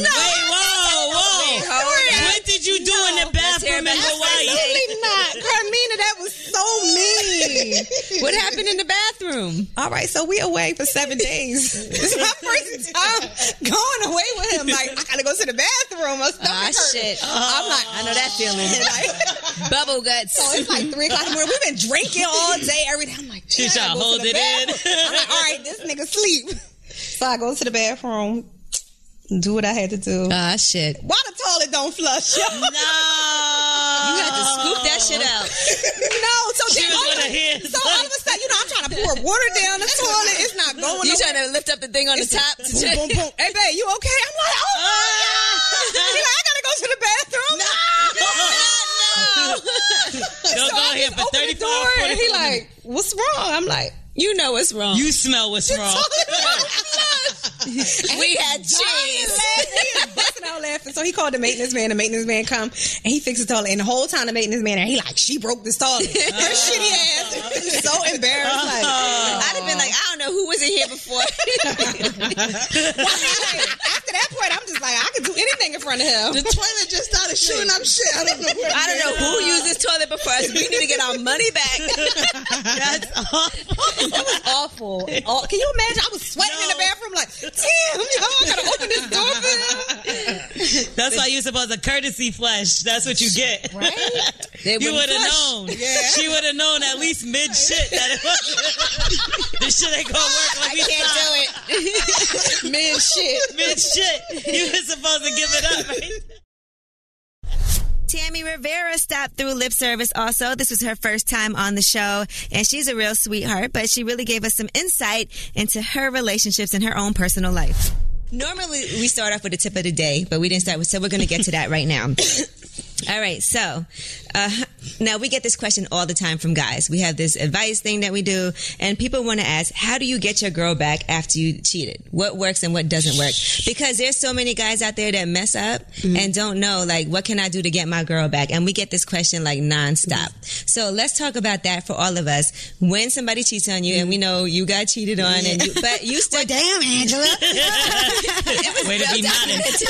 Speaker 9: No.
Speaker 12: Wait, whoa, whoa.
Speaker 9: Wait, hold on.
Speaker 12: What did you do in the bathroom in Hawaii?
Speaker 9: Absolutely not, Carmina. That was so mean.
Speaker 4: What happened in the bathroom?
Speaker 9: All right, so we away for seven days. This is my first time going away with him. Like I gotta go to the bathroom. My stomach
Speaker 4: Ah,
Speaker 9: hurt.
Speaker 4: shit.
Speaker 9: I'm like, I know that feeling. Like,
Speaker 4: Bubble guts.
Speaker 9: So it's like three o'clock in the morning. We've been drinking all day, every day. I'm like,
Speaker 12: She
Speaker 9: "Damn, I gotta go
Speaker 12: try to hold
Speaker 9: the
Speaker 12: it in.
Speaker 9: bathroom." I'm like, all right, this nigga sleep. So I go to the bathroom, do what I had to do.
Speaker 4: Ah, shit.
Speaker 9: Why the toilet don't flush? no. You
Speaker 4: had to scoop that shit out.
Speaker 9: No, so
Speaker 4: She
Speaker 9: then
Speaker 4: was
Speaker 9: all,
Speaker 4: with her hands
Speaker 9: so all of a sudden, you know, I'm trying to pour water down the toilet. It's not going.
Speaker 4: You trying to lift up the thing on the top to check?
Speaker 9: Boom, boom, boom. Hey, babe, you okay? I'm like, oh my god. He like, I gotta go to the bathroom. No, no.
Speaker 12: Don't go here for 34,
Speaker 9: door, and he
Speaker 12: 45
Speaker 9: like, what's wrong? I'm like, you know what's wrong.
Speaker 12: You smell what's wrong.
Speaker 4: we had cheese.
Speaker 9: busting out laughing. So he called the maintenance man. The maintenance man come and he fixed the toilet. And the whole time the maintenance man, there, he like, she broke this toilet. oh, Her shitty ass. so embarrassed. Like, I'd have been like, I don't know who was in here before. After that point, I'm just like, I could do anything in front of him.
Speaker 4: The
Speaker 9: toilet just started shooting up shit. I don't know.
Speaker 4: I don't know who used this toilet before us. We need to get our money back.
Speaker 9: That's awful. That was awful. Oh, can you imagine? I was sweating in the bathroom like, damn, yo, I gotta open this door for
Speaker 12: That's why you're supposed to courtesy flush. That's what you get. Right? you
Speaker 4: wouldn't
Speaker 12: would have
Speaker 4: flush.
Speaker 12: known.
Speaker 4: Yeah.
Speaker 12: She would have known at least mid shit that it was. this shit ain't gonna work. Let
Speaker 4: I
Speaker 12: me
Speaker 4: can't
Speaker 12: stop.
Speaker 4: do it.
Speaker 9: Mid shit.
Speaker 12: Mid shit. You were supposed to give it up. Right?
Speaker 4: Tammy Rivera stopped through lip service also. This was her first time on the show, and she's a real sweetheart, but she really gave us some insight into her relationships and her own personal life. Normally, we start off with the tip of the day, but we didn't start with, so we're going to get to that right now. All right, so uh, now we get this question all the time from guys. We have this advice thing that we do, and people want to ask, how do you get your girl back after you cheated? What works and what doesn't work? Because there's so many guys out there that mess up
Speaker 9: Mm-hmm.
Speaker 4: and don't know, like, what can I do to get my girl back? And we get this question like nonstop. So let's talk about that for all of us. When somebody cheats on you, and we know you got cheated on, and you, but you still,
Speaker 9: damn, Angela,
Speaker 12: Way to be modest.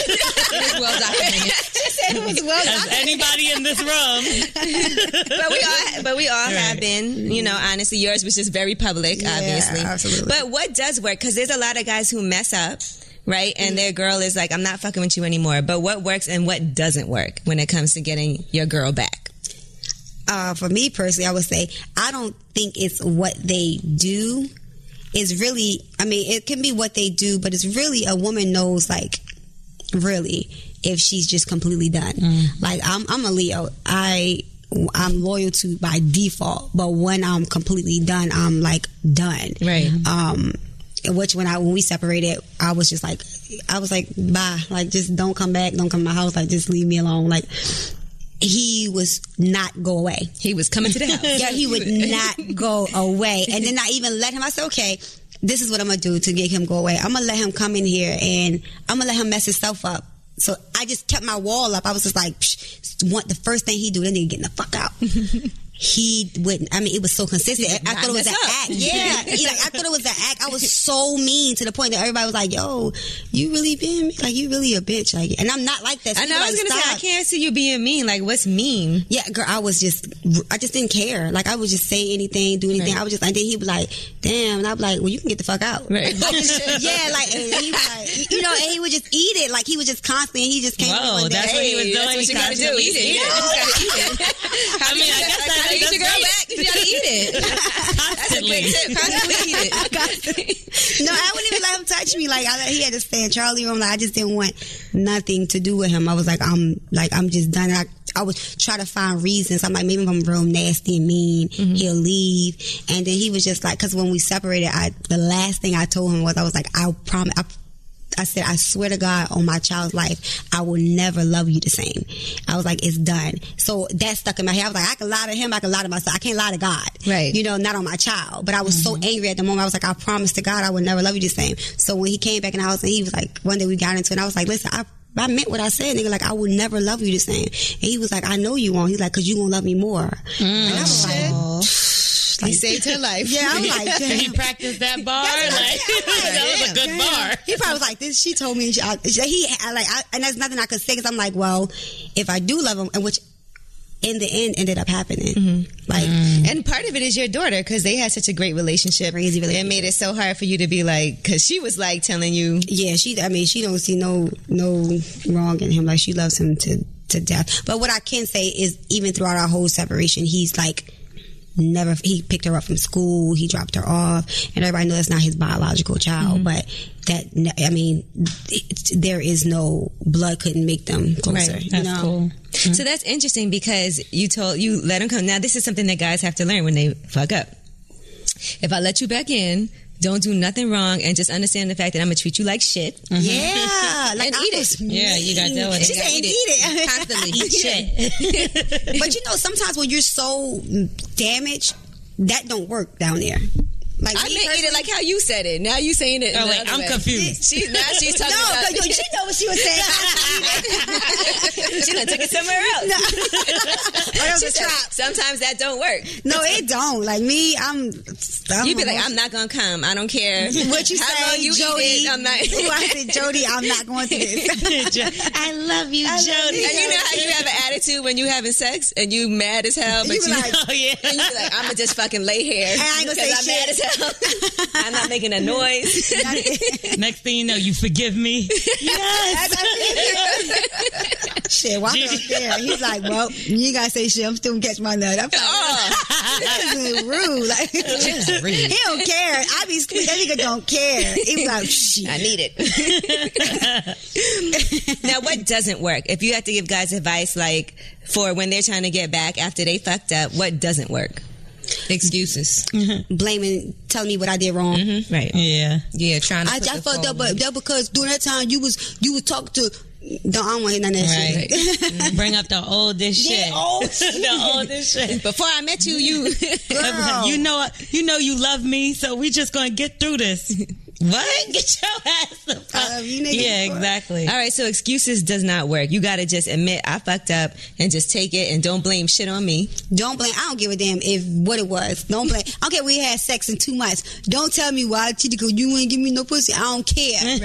Speaker 4: well documented.
Speaker 9: it was well
Speaker 12: As anybody in this room.
Speaker 4: but we all, but we all have been, you know. Honestly, yours was just very public, obviously.
Speaker 12: absolutely.
Speaker 4: But what does work? Because there's a lot of guys who mess up, right? And their girl is like, "I'm not fucking with you anymore." But what works and what doesn't work when it comes to getting your girl back?
Speaker 17: uh, for me personally, I would say I don't think it's what they do. It's really, I mean, it can be what they do, but it's really a woman knows, like, really, if she's just completely done. Like, I'm, I'm a Leo. I. I'm loyal to by default, but when I'm completely done, I'm like done. Right. Um, Which when I when we separated, I was just like, I was like, bye, like just don't come back, don't come to my house, like just leave me alone, like. He was not go away.
Speaker 6: He was coming to the house.
Speaker 17: yeah, he would not go away. And then I even let him. I said, okay, this is what I'm gonna do to get him go away. I'm gonna let him come in here and I'm gonna let him mess himself up. So I just kept my wall up. I was just like, Psh, want the first thing he do, then nigga getting the fuck out. he wouldn't. I mean, it was so consistent. I
Speaker 6: not
Speaker 17: thought it was an
Speaker 6: mess up.
Speaker 17: act. Yeah, He, like I thought it was an act. I was so mean to the point that everybody was like, "Yo, you really being like you really a bitch." Like, and I'm not like that. So
Speaker 4: I know. I
Speaker 17: people
Speaker 4: was
Speaker 17: like,
Speaker 4: gonna say I
Speaker 17: "Stop."
Speaker 4: can't see you being mean. Like, what's mean?
Speaker 17: Yeah, girl, I was just, I just didn't care. Like, I would just say anything, do anything. I was just, and then he'd be like, damn. And I'd be like, well, you can get the fuck out.
Speaker 4: Right.
Speaker 17: yeah, like, and he'd be like, you know, and he would just eat it. Like, he was just constantly, and he just came to me
Speaker 4: Whoa,
Speaker 17: one day.
Speaker 4: that's what he was Hey, doing. that's what He you gotta constantly do. eat it. Yeah, you just gotta
Speaker 17: eat it.
Speaker 4: I mean, I guess that's how you grow back.
Speaker 17: You gotta eat it.
Speaker 4: Constantly.
Speaker 17: Constantly eat it. no, I wouldn't even let him touch me. Like, I, he had to stay in Charlie room. Like, I just didn't want nothing to do with him. I was like, I'm, like, I'm just done. And I, I would try to find reasons. I'm like, maybe if I'm real nasty and mean, he'll leave. And then he was just like, because when we separated, I the last thing I told him was, I was like, I promise, I, I said, I swear to God on my child's life, I will never love you the same. I was like, it's done. So that stuck in my head. I was like, I can lie to him, I can lie to myself, I can't lie to God. Right. You know, not on my child. But I was so angry at the moment. I was like, I promise to God, I will never love you the same. So when he came back in the house and he was like, one day we got into it, and I was like, listen, I I meant what I said, nigga. Like I will never love you the same. And he was like, I know you won't. He's like, cause you gonna love me more. and I was like,
Speaker 12: He saved her life.
Speaker 17: Yeah, I was like, damn.
Speaker 12: he practiced that bar.
Speaker 17: That's what I'm
Speaker 12: like,
Speaker 17: saying. I'm
Speaker 12: that was a good
Speaker 17: damn.
Speaker 12: bar.
Speaker 17: He probably was like, "This." She told me she, I, he I, like, I, and there's nothing I could say because I'm like, well, if I do love him, and which in the end ended up happening,
Speaker 12: Mm-hmm.
Speaker 17: like.
Speaker 4: And part of it is your daughter because they had such a great relationship. Crazy relationship. It made it so hard for you to be like, because she was like telling you.
Speaker 17: Yeah, she. I mean, she don't see no no wrong in him. Like she loves him to to death. But what I can say is, even throughout our whole separation, he's like never. He picked her up from school. He dropped her off, and everybody knows that's not his biological
Speaker 4: Mm-hmm.
Speaker 17: child. But that ne- I mean, it, there is no blood couldn't make them closer.
Speaker 4: Right.
Speaker 17: you know?
Speaker 4: So that's interesting because you told you let him come. Now this is something that guys have to learn when they fuck up. If I let you back in, don't do nothing wrong, and just understand the fact that I'm gonna treat you like shit.
Speaker 17: Mm-hmm. Yeah, like
Speaker 4: Mm-hmm. and
Speaker 17: I
Speaker 4: eat
Speaker 17: was
Speaker 4: it.
Speaker 17: She said, "And eat it
Speaker 4: Constantly.
Speaker 17: Eat shit. but you know, sometimes when you're so damaged, that don't work down there. Like
Speaker 6: I
Speaker 17: me
Speaker 6: meant eat it like how you said it. Now you saying it.
Speaker 17: Oh,
Speaker 6: the
Speaker 17: wait,
Speaker 6: other
Speaker 17: I'm
Speaker 6: way.
Speaker 17: confused.
Speaker 6: She now she's talking
Speaker 17: No,
Speaker 6: about.
Speaker 17: 'cause yo, she know what she was
Speaker 6: saying.
Speaker 4: she done took it somewhere else.
Speaker 17: that was
Speaker 4: She
Speaker 17: a
Speaker 4: said,
Speaker 17: trap.
Speaker 4: Sometimes that don't work.
Speaker 17: No, it don't. Like me, I'm. I'm
Speaker 4: you be like, I'm not gonna come. I don't care
Speaker 17: What you
Speaker 4: how
Speaker 17: say,
Speaker 4: long you eat
Speaker 17: Jody?
Speaker 4: it, I'm not.
Speaker 17: Ooh, I said, Jody, I'm not going to this. I love you, Jody.
Speaker 4: And you know how you have an attitude when you having sex and you mad as hell, but
Speaker 17: You
Speaker 4: you,
Speaker 17: be like-
Speaker 4: oh, yeah. and you be like, I'ma just fucking lay here.
Speaker 17: And I ain't gonna
Speaker 4: because
Speaker 17: say
Speaker 4: I'm mad
Speaker 17: shit.
Speaker 4: as hell. I'm not making a noise.
Speaker 12: Next thing you know, you forgive me.
Speaker 17: Yes. shit, walking up there. He's like, well, you gotta say shit. I'm still gonna catch my nut. I'm like,
Speaker 4: Oh.
Speaker 17: this is rude. Like,
Speaker 12: Just rude.
Speaker 17: he don't care. I be sleep- that nigga don't care. He was like, shit.
Speaker 4: I need it. now, what doesn't work? If you have to give guys advice, like for when they're trying to get back after they fucked up, what doesn't work?
Speaker 6: Excuses.
Speaker 17: Mm-hmm. Blaming, telling me what I did wrong.
Speaker 4: Right.
Speaker 12: Yeah.
Speaker 6: Yeah. Trying to.
Speaker 17: Mm-hmm. I,
Speaker 6: put
Speaker 17: I
Speaker 6: the
Speaker 17: fucked up,
Speaker 6: phone-
Speaker 17: but that because during that time you was you was talking to. Don't I don't want to hear none of that
Speaker 12: Right.
Speaker 17: shit.
Speaker 12: Bring up the oldest
Speaker 17: Yeah,
Speaker 12: shit.
Speaker 17: old
Speaker 12: the oldest shit.
Speaker 4: Before I met you, you
Speaker 17: Girl.
Speaker 12: you know you know you love me, so we just gonna get through this. What? Get your ass the fuck.
Speaker 17: I love you, nigga.
Speaker 12: yeah, exactly.
Speaker 4: All right, so excuses does not work. You got to just admit I fucked up and just take it and don't blame shit on me.
Speaker 17: Don't blame. I don't give a damn if what it was. Don't blame. I don't care. if We had sex in two months. Don't tell me why I cheated because you ain't give me no pussy. I don't care. I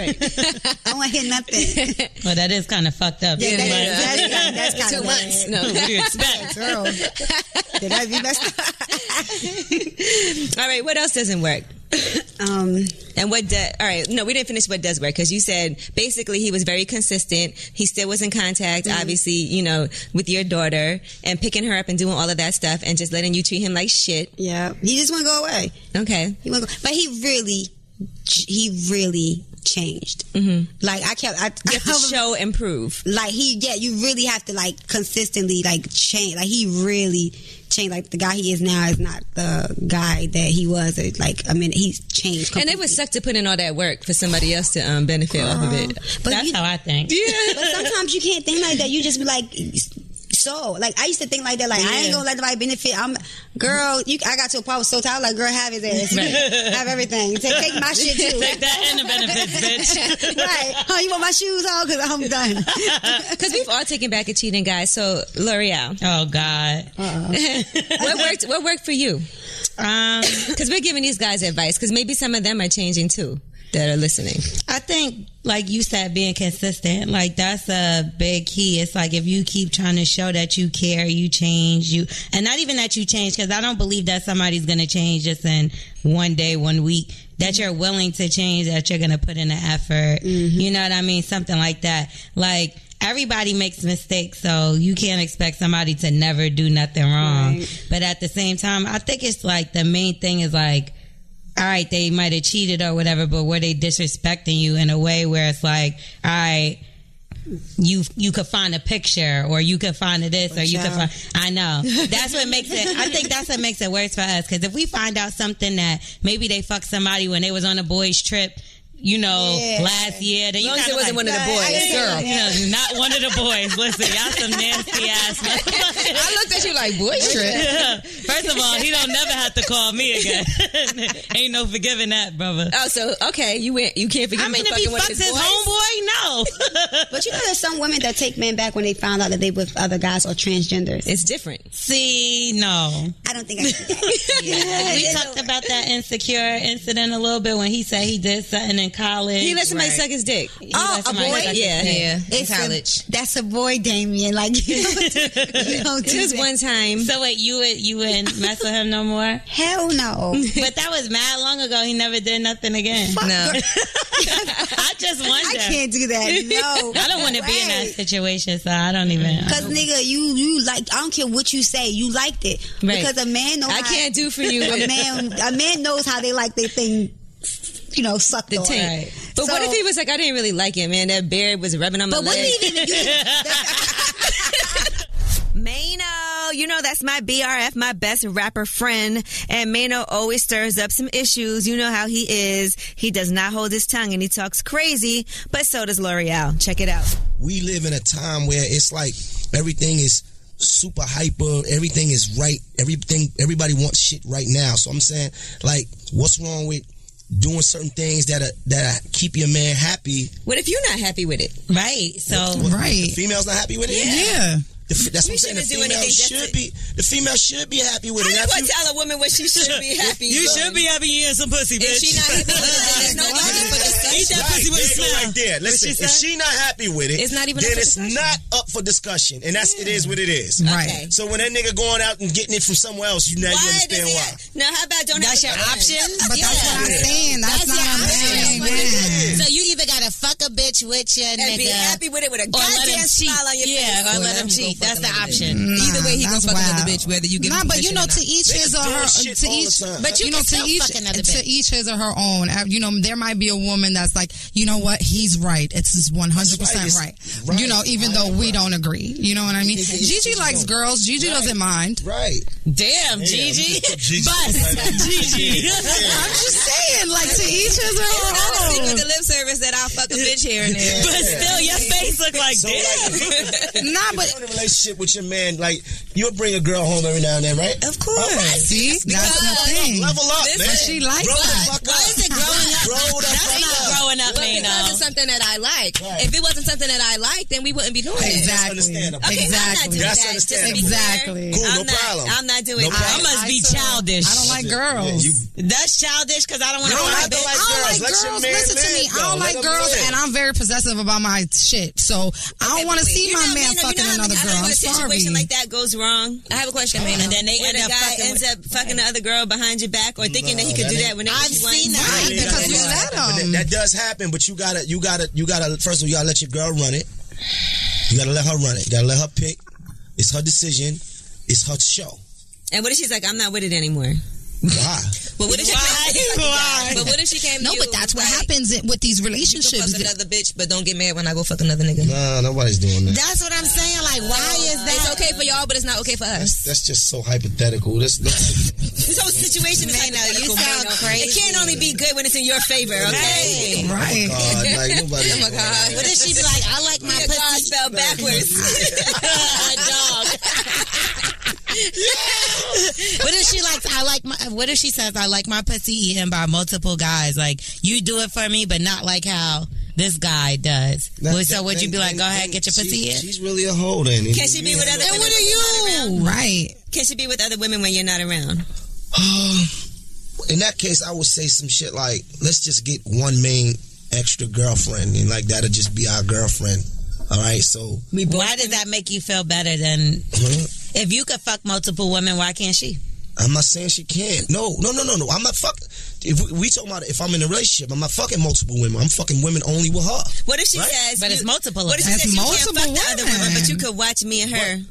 Speaker 17: don't want to hear nothing.
Speaker 12: Well, that is kind of fucked up.
Speaker 17: Yeah, that
Speaker 12: But-
Speaker 17: is- that's kinda- that's kinda
Speaker 6: Two
Speaker 17: bad.
Speaker 6: months.
Speaker 12: What do you expect?
Speaker 17: Girl, did I be messed up?
Speaker 4: All right, what else doesn't work?
Speaker 17: Um,
Speaker 4: and what? Do, all right, no, we didn't finish what does work because you said basically he was very consistent. He still was in contact,
Speaker 17: Mm-hmm.
Speaker 4: obviously, you know, with your daughter and picking her up and doing all of that stuff and just letting you treat him like shit.
Speaker 17: Yeah, he just want to go away.
Speaker 4: Okay.
Speaker 17: He want to go, but he really, he really changed.
Speaker 4: Mm-hmm.
Speaker 17: Like I kept, I,
Speaker 4: You have to show improve.
Speaker 17: Like he, yeah, you really have to like consistently like change. Like he really changed. Like the guy he is now is not the guy that he was. Or, like I mean, he's changed.
Speaker 4: And it would suck to put in all that work for somebody else to um, benefit off of it.
Speaker 17: Uh-huh.
Speaker 12: That's how I think.
Speaker 17: but sometimes you can't think like that. You just be like, so like I used to think like that. Like I ain't
Speaker 12: Yeah.
Speaker 17: gonna let nobody benefit. I'm girl. You, I got to a point I was so tired. I was Like girl, have his ass,
Speaker 12: Right.
Speaker 17: have everything. Take, take my shit too.
Speaker 12: Take that and the benefits, bitch.
Speaker 17: right? Oh, you want my shoes on? Cause I'm done.
Speaker 4: Because we've all taken back a cheating guy. So L'Oreal.
Speaker 12: Oh God.
Speaker 4: Uh-uh. what worked? What worked for you? Because we're giving these guys advice. Because maybe some of them are changing too that are listening.
Speaker 12: I think, like you said, being consistent, like that's a big key. It's like if you keep trying to show that you care, you change, you, and not even that you change, because I don't believe that somebody's going to change just in one day, one week, that you're willing to change, that you're going to put in an effort. You know what I mean? Something like that. Like, Everybody makes mistakes, so you can't expect somebody to never do nothing wrong. But at the same time, I think it's like the main thing is like all right, they might have cheated or whatever, but were they disrespecting you in a way where it's like, all right, you you could find a picture or you could find a this or you could
Speaker 18: Child.
Speaker 12: find I know that's what makes it I think that's what makes it worse for us because if we find out something that maybe they fucked somebody when they was on a boys trip you know
Speaker 18: Yeah.
Speaker 12: last year then
Speaker 18: As
Speaker 12: you
Speaker 18: long as it
Speaker 12: kinda
Speaker 18: wasn't
Speaker 12: like,
Speaker 18: one of the
Speaker 12: "Nah, I
Speaker 18: boys,
Speaker 12: ain't
Speaker 18: girl."
Speaker 12: you know, not one of the boys listen y'all some nasty ass
Speaker 19: I looked at you like, boys trip.
Speaker 12: yeah. First of all, he don't never have to call me again. Ain't no forgiving that, brother.
Speaker 4: Oh, so okay, you went. You can't forgive.
Speaker 12: I mean, if he fucks his homeboy, no.
Speaker 17: but you know, there's some women that take men back when they found out that they with other guys or transgenders.
Speaker 4: It's different.
Speaker 12: See, no.
Speaker 17: I don't think I can.
Speaker 12: Yeah, we talked about that insecure incident a little bit when he said he did something in college.
Speaker 4: He let somebody suck his dick. He
Speaker 12: oh,
Speaker 4: let somebody suck his dick.
Speaker 17: It's a- that's a boy, Damien. Like you don't, you don't do
Speaker 12: Just
Speaker 17: that.
Speaker 12: one
Speaker 4: time.
Speaker 12: So wait, you would you wouldn't mess with him no more?
Speaker 17: Hell no.
Speaker 12: But that was mad long ago. He never did nothing again.
Speaker 4: No.
Speaker 12: I just wonder.
Speaker 17: I can't do that. No.
Speaker 12: I don't want to be in that
Speaker 17: Right.
Speaker 12: situation, so I don't even.
Speaker 17: Cause nigga, you you like I don't care what you say, you liked it
Speaker 12: Right.
Speaker 17: because a man knows.
Speaker 12: I
Speaker 17: how-
Speaker 12: can't do for you.
Speaker 17: A man, a man knows how they like their thing, you know, sucked
Speaker 4: The
Speaker 17: on.
Speaker 4: taint. But what
Speaker 17: So-
Speaker 4: if he was like, I didn't really like it, man. That beard was rubbing on my
Speaker 17: But
Speaker 4: leg.
Speaker 17: what if he
Speaker 4: Mano, you know that's my BRF, my best rapper friend, and Mano always stirs up some issues. You know how he is. He does not hold his tongue and he talks crazy, but so does L'Oreal. Check it out.
Speaker 20: we live in a time where it's like everything is super hyper, everything is right, everything everybody wants shit right now. So I'm saying, like, what's wrong with doing certain things that are, that are, keep your man happy?
Speaker 4: What if you're not happy with it?
Speaker 12: Right. So
Speaker 20: What- what- the female's not happy with it.
Speaker 4: Yeah. Yeah.
Speaker 20: The f- that's
Speaker 4: We
Speaker 20: what
Speaker 4: shouldn't
Speaker 20: I'm saying. The
Speaker 4: do
Speaker 20: female
Speaker 4: anything just
Speaker 20: should be the female should be happy with
Speaker 4: How
Speaker 20: it.
Speaker 4: you
Speaker 20: After
Speaker 4: gonna tell a woman what she should be happy?
Speaker 20: You
Speaker 4: with?
Speaker 20: should
Speaker 12: be happy eating some pussy,
Speaker 4: If she not happy with it, then there's no need for discussion.
Speaker 20: Eat that pussy with a smile. Right there. Listen, if she not happy with it,
Speaker 4: It's not even
Speaker 20: then
Speaker 4: up for
Speaker 20: it's not up for discussion, and that's it is what it is.
Speaker 4: Right. Okay.
Speaker 20: So when that nigga going out and getting it from somewhere else, you now you understand why.
Speaker 4: Now, how about don't that's have your option?
Speaker 7: But that's what I'm saying. That's, not a man.
Speaker 21: Yeah. So you either gotta fuck a bitch with your nigga,
Speaker 4: And be happy with it with a
Speaker 21: or let him
Speaker 4: goddamn
Speaker 21: cheat.
Speaker 4: smile on your face.
Speaker 21: Yeah, or
Speaker 4: Or
Speaker 21: let
Speaker 4: let
Speaker 21: him
Speaker 4: him
Speaker 21: cheat.
Speaker 4: go
Speaker 21: That's the
Speaker 4: fuck
Speaker 21: option.
Speaker 7: Mm,
Speaker 4: another bitch.
Speaker 21: either way, he gonna
Speaker 7: that's
Speaker 21: fuck another
Speaker 7: wild.
Speaker 21: bitch, whether you give
Speaker 7: Nah,
Speaker 21: him
Speaker 7: but you
Speaker 21: permission or
Speaker 7: know,
Speaker 21: not.
Speaker 7: to each his or her, to each,
Speaker 21: But you,
Speaker 7: know,
Speaker 21: can
Speaker 7: to
Speaker 21: still
Speaker 7: each,
Speaker 21: fuck another
Speaker 7: to
Speaker 21: bitch.
Speaker 7: each his or her own. Uh, You know, there might be a woman that's like, you know what, he's right. It's just one hundred percent
Speaker 21: It's right.
Speaker 7: right. You know, even though we don't agree. You know what I mean? Gigi likes girls. Gigi doesn't mind.
Speaker 20: Right.
Speaker 7: Damn, Gigi.
Speaker 20: Gigi.
Speaker 7: Bust.
Speaker 20: Gigi.
Speaker 7: I'm just saying, like to each his or
Speaker 11: It's not a
Speaker 7: her
Speaker 11: secret
Speaker 7: own.
Speaker 11: to lip service that I fuck a bitch here and there.
Speaker 20: But still, your
Speaker 12: face look like
Speaker 20: So,
Speaker 11: this.
Speaker 20: like, if you're in a relationship with your man, like you'll bring a girl home every now and then, right? Of course.
Speaker 7: See,
Speaker 20: that's
Speaker 7: the thing.
Speaker 20: Level up,
Speaker 7: Listen,
Speaker 20: man.
Speaker 7: but she likes
Speaker 20: Grow the
Speaker 7: that.
Speaker 20: fuck
Speaker 7: Why
Speaker 20: up.
Speaker 7: is it growing up?
Speaker 20: Grow the
Speaker 7: That's
Speaker 20: fuck
Speaker 7: not
Speaker 20: up.
Speaker 7: growing up,
Speaker 11: Well,
Speaker 7: Nino.
Speaker 11: because it's something that I like. If it wasn't something that I like, then we wouldn't be doing it.
Speaker 7: Exactly.
Speaker 11: Okay, well, I'm not
Speaker 7: Exactly.
Speaker 11: doing
Speaker 7: That's
Speaker 11: that. Just to be
Speaker 7: understandable.
Speaker 11: clear,
Speaker 7: Exactly. Cool, no
Speaker 11: I'm not,
Speaker 7: problem.
Speaker 11: I'm not doing
Speaker 7: No
Speaker 11: it.
Speaker 7: problem.
Speaker 12: I must be
Speaker 7: I-
Speaker 12: childish.
Speaker 7: I don't like girls.
Speaker 12: That's childish because I don't want
Speaker 7: I
Speaker 12: to
Speaker 7: don't like, I
Speaker 12: bitch.
Speaker 7: don't like girls. Listen to me. I don't like girls, and I'm very possessive about my shit. So I don't want to see
Speaker 4: You
Speaker 7: my
Speaker 4: know,
Speaker 7: man
Speaker 4: Mano,
Speaker 7: fucking
Speaker 4: you know how
Speaker 7: another
Speaker 4: many- I
Speaker 7: girl.
Speaker 4: know
Speaker 7: I'm
Speaker 4: when a
Speaker 7: sorry.
Speaker 4: situation like that goes wrong. I have a question,
Speaker 7: Mano.
Speaker 4: And then they
Speaker 7: Where
Speaker 4: end
Speaker 7: the
Speaker 4: up
Speaker 7: guy
Speaker 4: fucking
Speaker 7: ends
Speaker 4: with, up fucking the other girl behind your back or thinking that he could do that whenever he wants.
Speaker 20: But that- That does happen, but you gotta, you gotta, you gotta. First of all, you gotta let your girl run it. You gotta let her run it. You gotta let her pick. It's her decision. It's her show.
Speaker 4: And what if she's like, I'm not with it anymore?
Speaker 20: Why?
Speaker 11: But what if she came?
Speaker 12: Why?
Speaker 11: But what if she came? to
Speaker 12: No,
Speaker 11: you,
Speaker 12: but that's what happens in- with these relationships.
Speaker 11: You can fuck another bitch, but don't get mad when I go fuck another nigga.
Speaker 20: Nah, nobody's doing that.
Speaker 12: That's what I'm saying. Like, why is that?
Speaker 11: It's okay for y'all, but it's not okay for us.
Speaker 20: That's just so hypothetical. That's, that's
Speaker 11: This whole situation is
Speaker 22: you
Speaker 11: hypothetical.
Speaker 22: sound
Speaker 11: Mano.
Speaker 22: crazy.
Speaker 11: It can't only be good when it's in your favor, okay?
Speaker 20: Right. Oh my God, like, nobody's
Speaker 11: oh my god.
Speaker 20: doing that.
Speaker 12: What if she be like, I like my
Speaker 11: Your
Speaker 12: pussy
Speaker 11: God spelled backwards.
Speaker 12: dog. what if she likes? I like my. What if she says I like my pussy eaten by multiple guys? Like you do it for me, but not like how this guy does.
Speaker 20: That-
Speaker 12: Well, so
Speaker 20: that-
Speaker 12: would you be
Speaker 20: then-
Speaker 12: like, go
Speaker 20: then
Speaker 12: ahead, get your
Speaker 20: she-
Speaker 12: pussy eaten?
Speaker 20: She's really a hoe, then.
Speaker 12: Can she be with other-
Speaker 11: And
Speaker 12: what are
Speaker 11: you?
Speaker 23: Right.
Speaker 4: Can she be with other women when you're not around?
Speaker 20: In that case, I would say some shit like, let's just get one main extra girlfriend, and like that'll just be our girlfriend. All right, so
Speaker 12: Why does that make you feel better than
Speaker 20: Huh?
Speaker 12: if you could fuck multiple women? Why can't she?
Speaker 20: I'm not saying she can't. No, no, no, no, no. I'm not fucking. If we, we talking about if I'm in a relationship, I'm not fucking multiple women. I'm fucking women only with her.
Speaker 4: What if she says?
Speaker 12: But it's multiple
Speaker 4: What
Speaker 12: of
Speaker 4: if she
Speaker 12: them.
Speaker 4: says you
Speaker 12: That's
Speaker 4: can't fuck
Speaker 12: multiple
Speaker 4: the other
Speaker 12: women.
Speaker 4: woman, but you could watch me and her,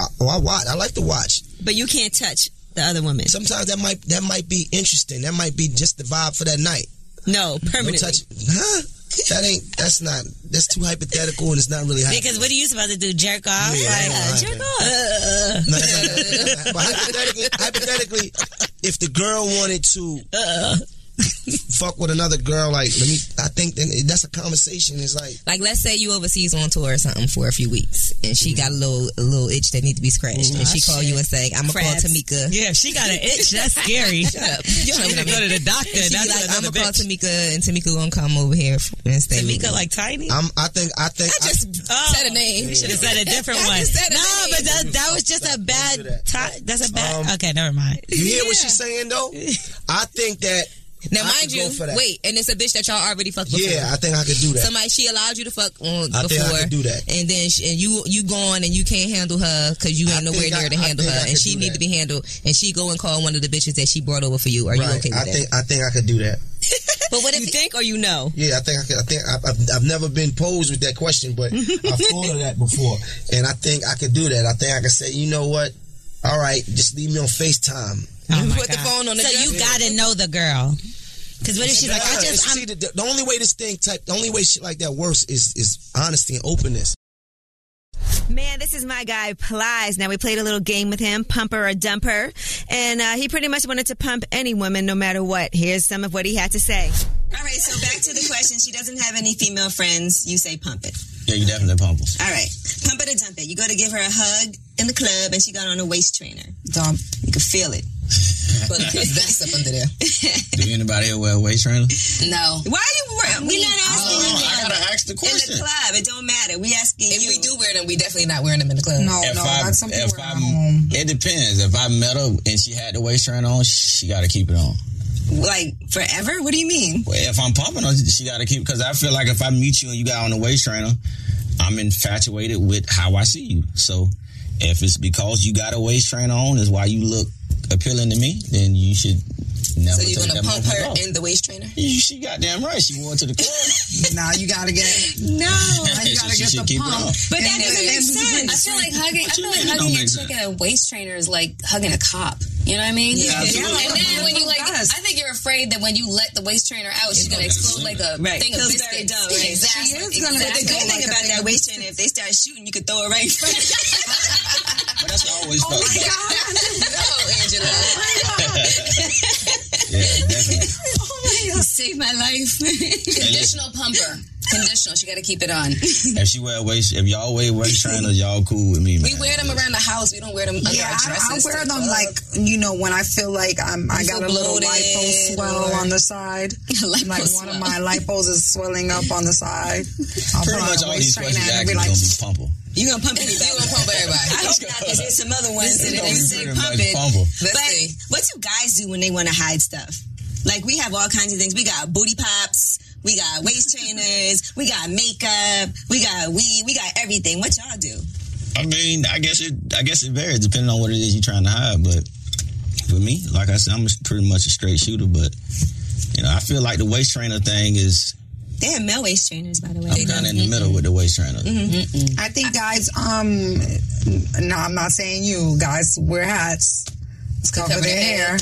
Speaker 20: I, oh, I watch. I like to watch.
Speaker 4: but you can't touch the other woman?
Speaker 20: Sometimes that might that might be interesting. That might be just the vibe for that night.
Speaker 4: No,
Speaker 20: No
Speaker 4: permanently.
Speaker 20: touch. Huh? That ain't. That's not. That's too hypothetical, and it's not really. Hypothetical.
Speaker 12: Because what are you supposed to do? Jerk off?
Speaker 20: Yeah,
Speaker 12: like,
Speaker 20: I
Speaker 12: jerk
Speaker 20: like
Speaker 12: off. Uh,
Speaker 20: No, no, no, no, no. But hypothetically, hypothetically, if the girl wanted to
Speaker 4: Uh-uh.
Speaker 20: fuck with another girl, like let me, I think then that's a conversation. It's like
Speaker 11: Like, let's say you overseas on tour or something for a few weeks, and she got a little a little itch that need to be scratched, and she
Speaker 12: Oh,
Speaker 11: call you and say, "I'm gonna call
Speaker 12: Crabs.
Speaker 11: Tamika."
Speaker 12: Yeah, if she got an itch, that's scary.
Speaker 11: Shut up. You know
Speaker 12: She
Speaker 11: what I
Speaker 12: need to
Speaker 11: mean.
Speaker 12: go to the doctor.
Speaker 11: And she be
Speaker 12: That's
Speaker 11: like,
Speaker 12: another
Speaker 11: "I'm gonna call
Speaker 12: bitch."
Speaker 11: Tamika, and Tamika gonna come over here and stay." with me."
Speaker 12: tiny.
Speaker 20: I'm. I think. I think. I
Speaker 11: just
Speaker 12: said a name. Oh. You should have said a different
Speaker 11: I
Speaker 12: one.
Speaker 11: just said a
Speaker 12: no,
Speaker 11: name.
Speaker 12: but that, that was just a bad. Ti- that's a bad. okay, never mind.
Speaker 20: Um, You hear what she's saying though? I think that.
Speaker 11: Now,
Speaker 20: I
Speaker 11: mind
Speaker 20: could
Speaker 11: you,
Speaker 20: go for that.
Speaker 11: wait, and it's a bitch that y'all already fucked before.
Speaker 20: Yeah, I think I could do that.
Speaker 11: Somebody she allowed you to fuck on
Speaker 20: I
Speaker 11: before,
Speaker 20: think I could do that.
Speaker 11: and then she, and you you gone and you can't handle her because you ain't nowhere
Speaker 20: think I-
Speaker 11: near to
Speaker 20: I
Speaker 11: handle
Speaker 20: think I
Speaker 11: her, and
Speaker 20: could
Speaker 11: she
Speaker 20: do
Speaker 11: need
Speaker 20: that.
Speaker 11: to be handled, and she go and call one of the bitches that she brought over for you. Are you
Speaker 20: Right.
Speaker 11: okay with that?
Speaker 20: I think. I think I could do that.
Speaker 11: but what if you
Speaker 4: think or you know?
Speaker 20: Yeah, I think I, could, I think I've, I've, I've never been posed with that question, but I've thought of that before, and I think I could do that. I think I could say, you know what? All right, just leave me on Facetime.
Speaker 12: Oh my
Speaker 11: Put the
Speaker 12: God.
Speaker 11: phone on the
Speaker 12: So you
Speaker 11: dresser.
Speaker 12: gotta know the girl. Because what if she's like, I
Speaker 20: Nah,
Speaker 12: just.
Speaker 20: it's-
Speaker 12: I'm,
Speaker 20: see, the, the only way this thing type, the only way shit like that works is is honesty and openness.
Speaker 4: Man, this is my guy Plies. Now we played a little game with him, pumper or dumper, and uh, he pretty much wanted to pump any woman, no matter what. Here's some of what he had to say. All right, so back to the question. She doesn't have any female friends. You say pump it.
Speaker 24: Yeah, you definitely pump them.
Speaker 4: All right, pump it or dump it. You go to give her a hug in the club, and she got on a waist trainer.
Speaker 24: Dump.
Speaker 4: You can feel it.
Speaker 24: But that's
Speaker 11: up under there.
Speaker 24: Do anybody here wear a waist trainer?
Speaker 11: No. Oh,
Speaker 4: Why are you? We're, we're not asking you.
Speaker 24: I
Speaker 4: now.
Speaker 24: gotta ask the question.
Speaker 4: In the club, it don't matter. We asking
Speaker 11: if
Speaker 4: you.
Speaker 11: we do wear them, we definitely not wearing them in the club.
Speaker 24: if I, if I'm, it depends. If I met her and she had the waist trainer on, she got to keep it on.
Speaker 4: Like forever? What do you mean?
Speaker 24: Well, if I'm pumping her, she got to keep because I feel like if I meet you and you got on the waist trainer, I'm infatuated with how I see you. So if it's because you got a waist trainer on is why you look appealing to me, then you should never
Speaker 11: So you
Speaker 24: take
Speaker 11: gonna
Speaker 24: that
Speaker 11: pump
Speaker 24: motherfucker
Speaker 11: her
Speaker 24: off.
Speaker 11: in the waist trainer?
Speaker 24: You- She goddamn right. She wore it to the club.
Speaker 7: nah, you gotta get.
Speaker 11: No,
Speaker 24: you gotta get the pump.
Speaker 25: But that doesn't make
Speaker 7: I
Speaker 25: sense.
Speaker 7: feel like
Speaker 25: hugging. I feel
Speaker 24: mean
Speaker 25: like
Speaker 24: it
Speaker 25: hugging
Speaker 24: don't
Speaker 25: a
Speaker 24: make
Speaker 25: chick in a waist trainer is like hugging a cop. You know what I mean?
Speaker 24: Yeah, absolutely.
Speaker 25: And
Speaker 24: Yeah,
Speaker 25: then when you like,
Speaker 24: does.
Speaker 25: I think you're afraid that when you let the waist trainer out, she's gonna explode like a
Speaker 4: Right.
Speaker 25: thing of
Speaker 4: Pillsbury Doughnuts.
Speaker 25: biscuits.
Speaker 4: But
Speaker 25: Exactly.
Speaker 4: the
Speaker 25: Exactly.
Speaker 4: good thing about that waist trainer, if they start shooting, you could throw it right in front of you.
Speaker 24: But that's what I always
Speaker 4: Oh
Speaker 9: Oh
Speaker 24: felt.
Speaker 25: no, Angela.
Speaker 24: Yeah, definitely.
Speaker 9: Oh
Speaker 25: You saved my life. Conditional pumper. Conditional. She got to keep it on.
Speaker 24: If she wear a waist, if y'all wear waist trainers, y'all cool with me, man.
Speaker 25: We wear them around the house. We don't wear them under
Speaker 7: Yeah,
Speaker 25: our
Speaker 7: I, I
Speaker 25: dresses.
Speaker 7: wear them like you know when I feel like I'm. I
Speaker 25: You
Speaker 7: got a
Speaker 25: feel
Speaker 7: little
Speaker 25: bloated
Speaker 7: lipo swell
Speaker 25: or-
Speaker 7: on the side.
Speaker 25: Lipo
Speaker 7: like one
Speaker 25: swell.
Speaker 7: of my lipos is swelling up on the side. I'll
Speaker 24: Pretty
Speaker 7: put
Speaker 24: much all
Speaker 7: on a
Speaker 24: these
Speaker 7: waist trainer
Speaker 24: questions
Speaker 7: and be
Speaker 24: actually
Speaker 7: like,
Speaker 24: gonna be pumper.
Speaker 4: You gonna pump anybody? you gonna
Speaker 11: pump everybody?
Speaker 4: I hope not, because there's some other ones that they say
Speaker 24: pretty
Speaker 4: pump
Speaker 24: much
Speaker 4: it.
Speaker 24: pumper.
Speaker 4: But what do guys do when they want to hide stuff? Like we have all kinds of things. We got booty pops. We got waist trainers. We got makeup. We got weed. We got everything. What y'all do?
Speaker 24: I mean, I guess it. I guess it varies depending on what it is you're trying to hide. But for me, like I said, I'm pretty much a straight shooter. But you know, I feel like the waist trainer thing is
Speaker 4: They have male waist trainers, by the way.
Speaker 24: I'm kind of in the middle with the waist trainer.
Speaker 7: Mm-hmm. I think guys. Um, no, I'm not saying you guys wear hats. It's cover,
Speaker 11: cover
Speaker 7: their
Speaker 11: their
Speaker 7: hair.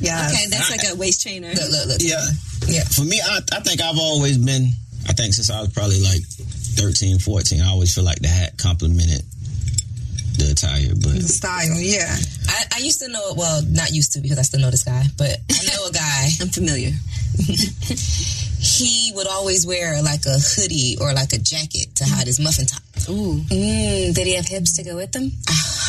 Speaker 25: Yeah. Okay, that's
Speaker 24: I-
Speaker 25: like a waist trainer.
Speaker 24: Look, look, look. Yeah. Yeah. For me, I, I think I've always been, I think since I was probably like 13, 14, I always feel like the hat complimented the attire. But
Speaker 25: style, yeah.
Speaker 11: I, I used to know, well, not used to because I still know this guy, but I know a guy. I'm familiar. he would always wear like a hoodie or like a jacket to hide his muffin top. Ooh.
Speaker 25: Mm, did he have hips to go with them?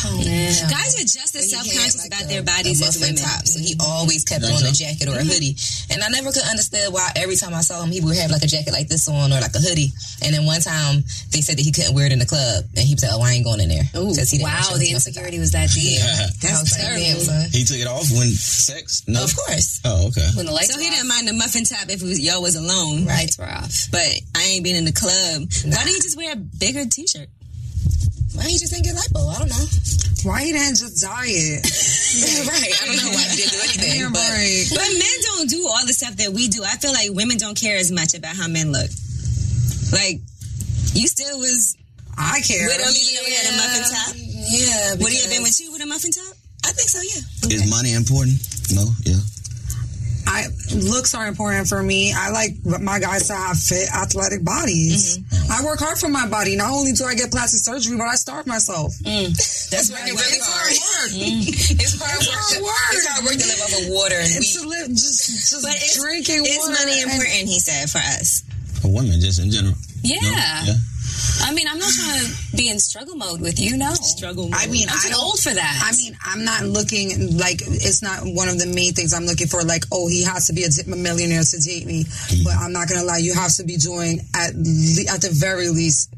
Speaker 11: Oh, yeah.
Speaker 25: Guys are just as self conscious about their bodies
Speaker 11: a
Speaker 25: as
Speaker 11: muffin
Speaker 25: women.
Speaker 11: top. So he always kept
Speaker 25: Think
Speaker 11: on a
Speaker 25: so?
Speaker 11: jacket or a
Speaker 25: Mhm.
Speaker 11: hoodie. And I never could understand why every time I saw him, he would have like a jacket like this on or like a hoodie. And then one time they said that he couldn't wear it in the club. And he was like, oh, I ain't going in there. Because he didn't want to
Speaker 25: Wow,
Speaker 11: show his
Speaker 25: the insecurity was that deep.
Speaker 24: Yeah.
Speaker 25: That's terrible.
Speaker 24: He took it off when sex? No.
Speaker 25: Of course.
Speaker 24: Oh, okay.
Speaker 25: When the lights so he didn't mind the muffin top if it was, y'all was alone. Lights were off. But I ain't been in the club. Why don't you just wear a bigger t shirt? Why don't you just think get lipo? I don't know.
Speaker 7: Why he didn't just diet?
Speaker 25: right. I don't know why he didn't do anything. But, but men don't do all the stuff that we do. I feel like women don't care as much about how men look. Like, you still was.
Speaker 7: I care.
Speaker 25: With him, even though he had a muffin top.
Speaker 11: Yeah.
Speaker 25: Would he have been
Speaker 11: because-
Speaker 25: with you with a muffin top? I think so, yeah.
Speaker 24: Is money important? No. Yeah.
Speaker 7: I looks are important for me. I like my guys to have fit, athletic bodies.
Speaker 11: Mm-hmm.
Speaker 7: I work hard for my body. Not only do I get plastic surgery, but I starve myself.
Speaker 11: Mm. That's why
Speaker 7: It's
Speaker 11: really hard.
Speaker 7: hard work.
Speaker 11: It's hard
Speaker 7: It's
Speaker 11: work.
Speaker 7: hard
Speaker 11: to-
Speaker 7: work.
Speaker 11: It's hard work to live off of water and
Speaker 7: It's
Speaker 11: wheat.
Speaker 7: to live just just
Speaker 25: But it's,
Speaker 7: drinking
Speaker 25: it's
Speaker 7: water.
Speaker 25: money
Speaker 7: and-
Speaker 25: important, he said, for us.
Speaker 24: For women, just in general.
Speaker 25: Yeah.
Speaker 24: No? Yeah.
Speaker 25: I mean, I'm not trying to be in struggle mode with you, no. Struggle
Speaker 7: I mean,
Speaker 25: I'm
Speaker 7: I
Speaker 25: too
Speaker 7: don't-
Speaker 25: old for that.
Speaker 7: I mean, I'm not looking like it's not one of the main things I'm looking for. Like, oh, he has to be a di- a millionaire to date me. But I'm not gonna lie, you have to be doing at le- at the very least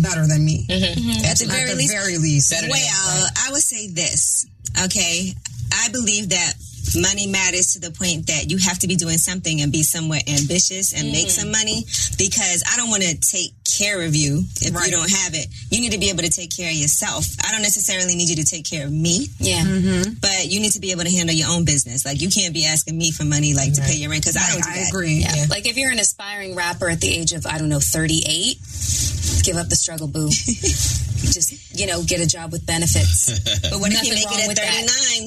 Speaker 7: better than me.
Speaker 25: Mm-hmm.
Speaker 4: Mm-hmm.
Speaker 25: At the very least.
Speaker 7: very least.
Speaker 25: well, I would say this. Okay, I believe that money matters to the point that you have to be doing something and be somewhat ambitious and make
Speaker 11: Mhm.
Speaker 25: some money because I don't want to take care of you if you don't have it. You need to be able to take care of yourself. I don't necessarily need you to take care of me.
Speaker 11: Yeah.
Speaker 25: But you need to be able to handle your own business. Like you can't be asking me for money like to pay your rent because I don't do that.
Speaker 7: Yeah.
Speaker 25: Like if you're an aspiring rapper at the age of I don't know 38,
Speaker 11: Give up the struggle, boo.
Speaker 25: just you know get a job with benefits. But what if you make
Speaker 11: Nothing
Speaker 25: it
Speaker 11: wrong
Speaker 25: at
Speaker 11: with that.
Speaker 25: 39?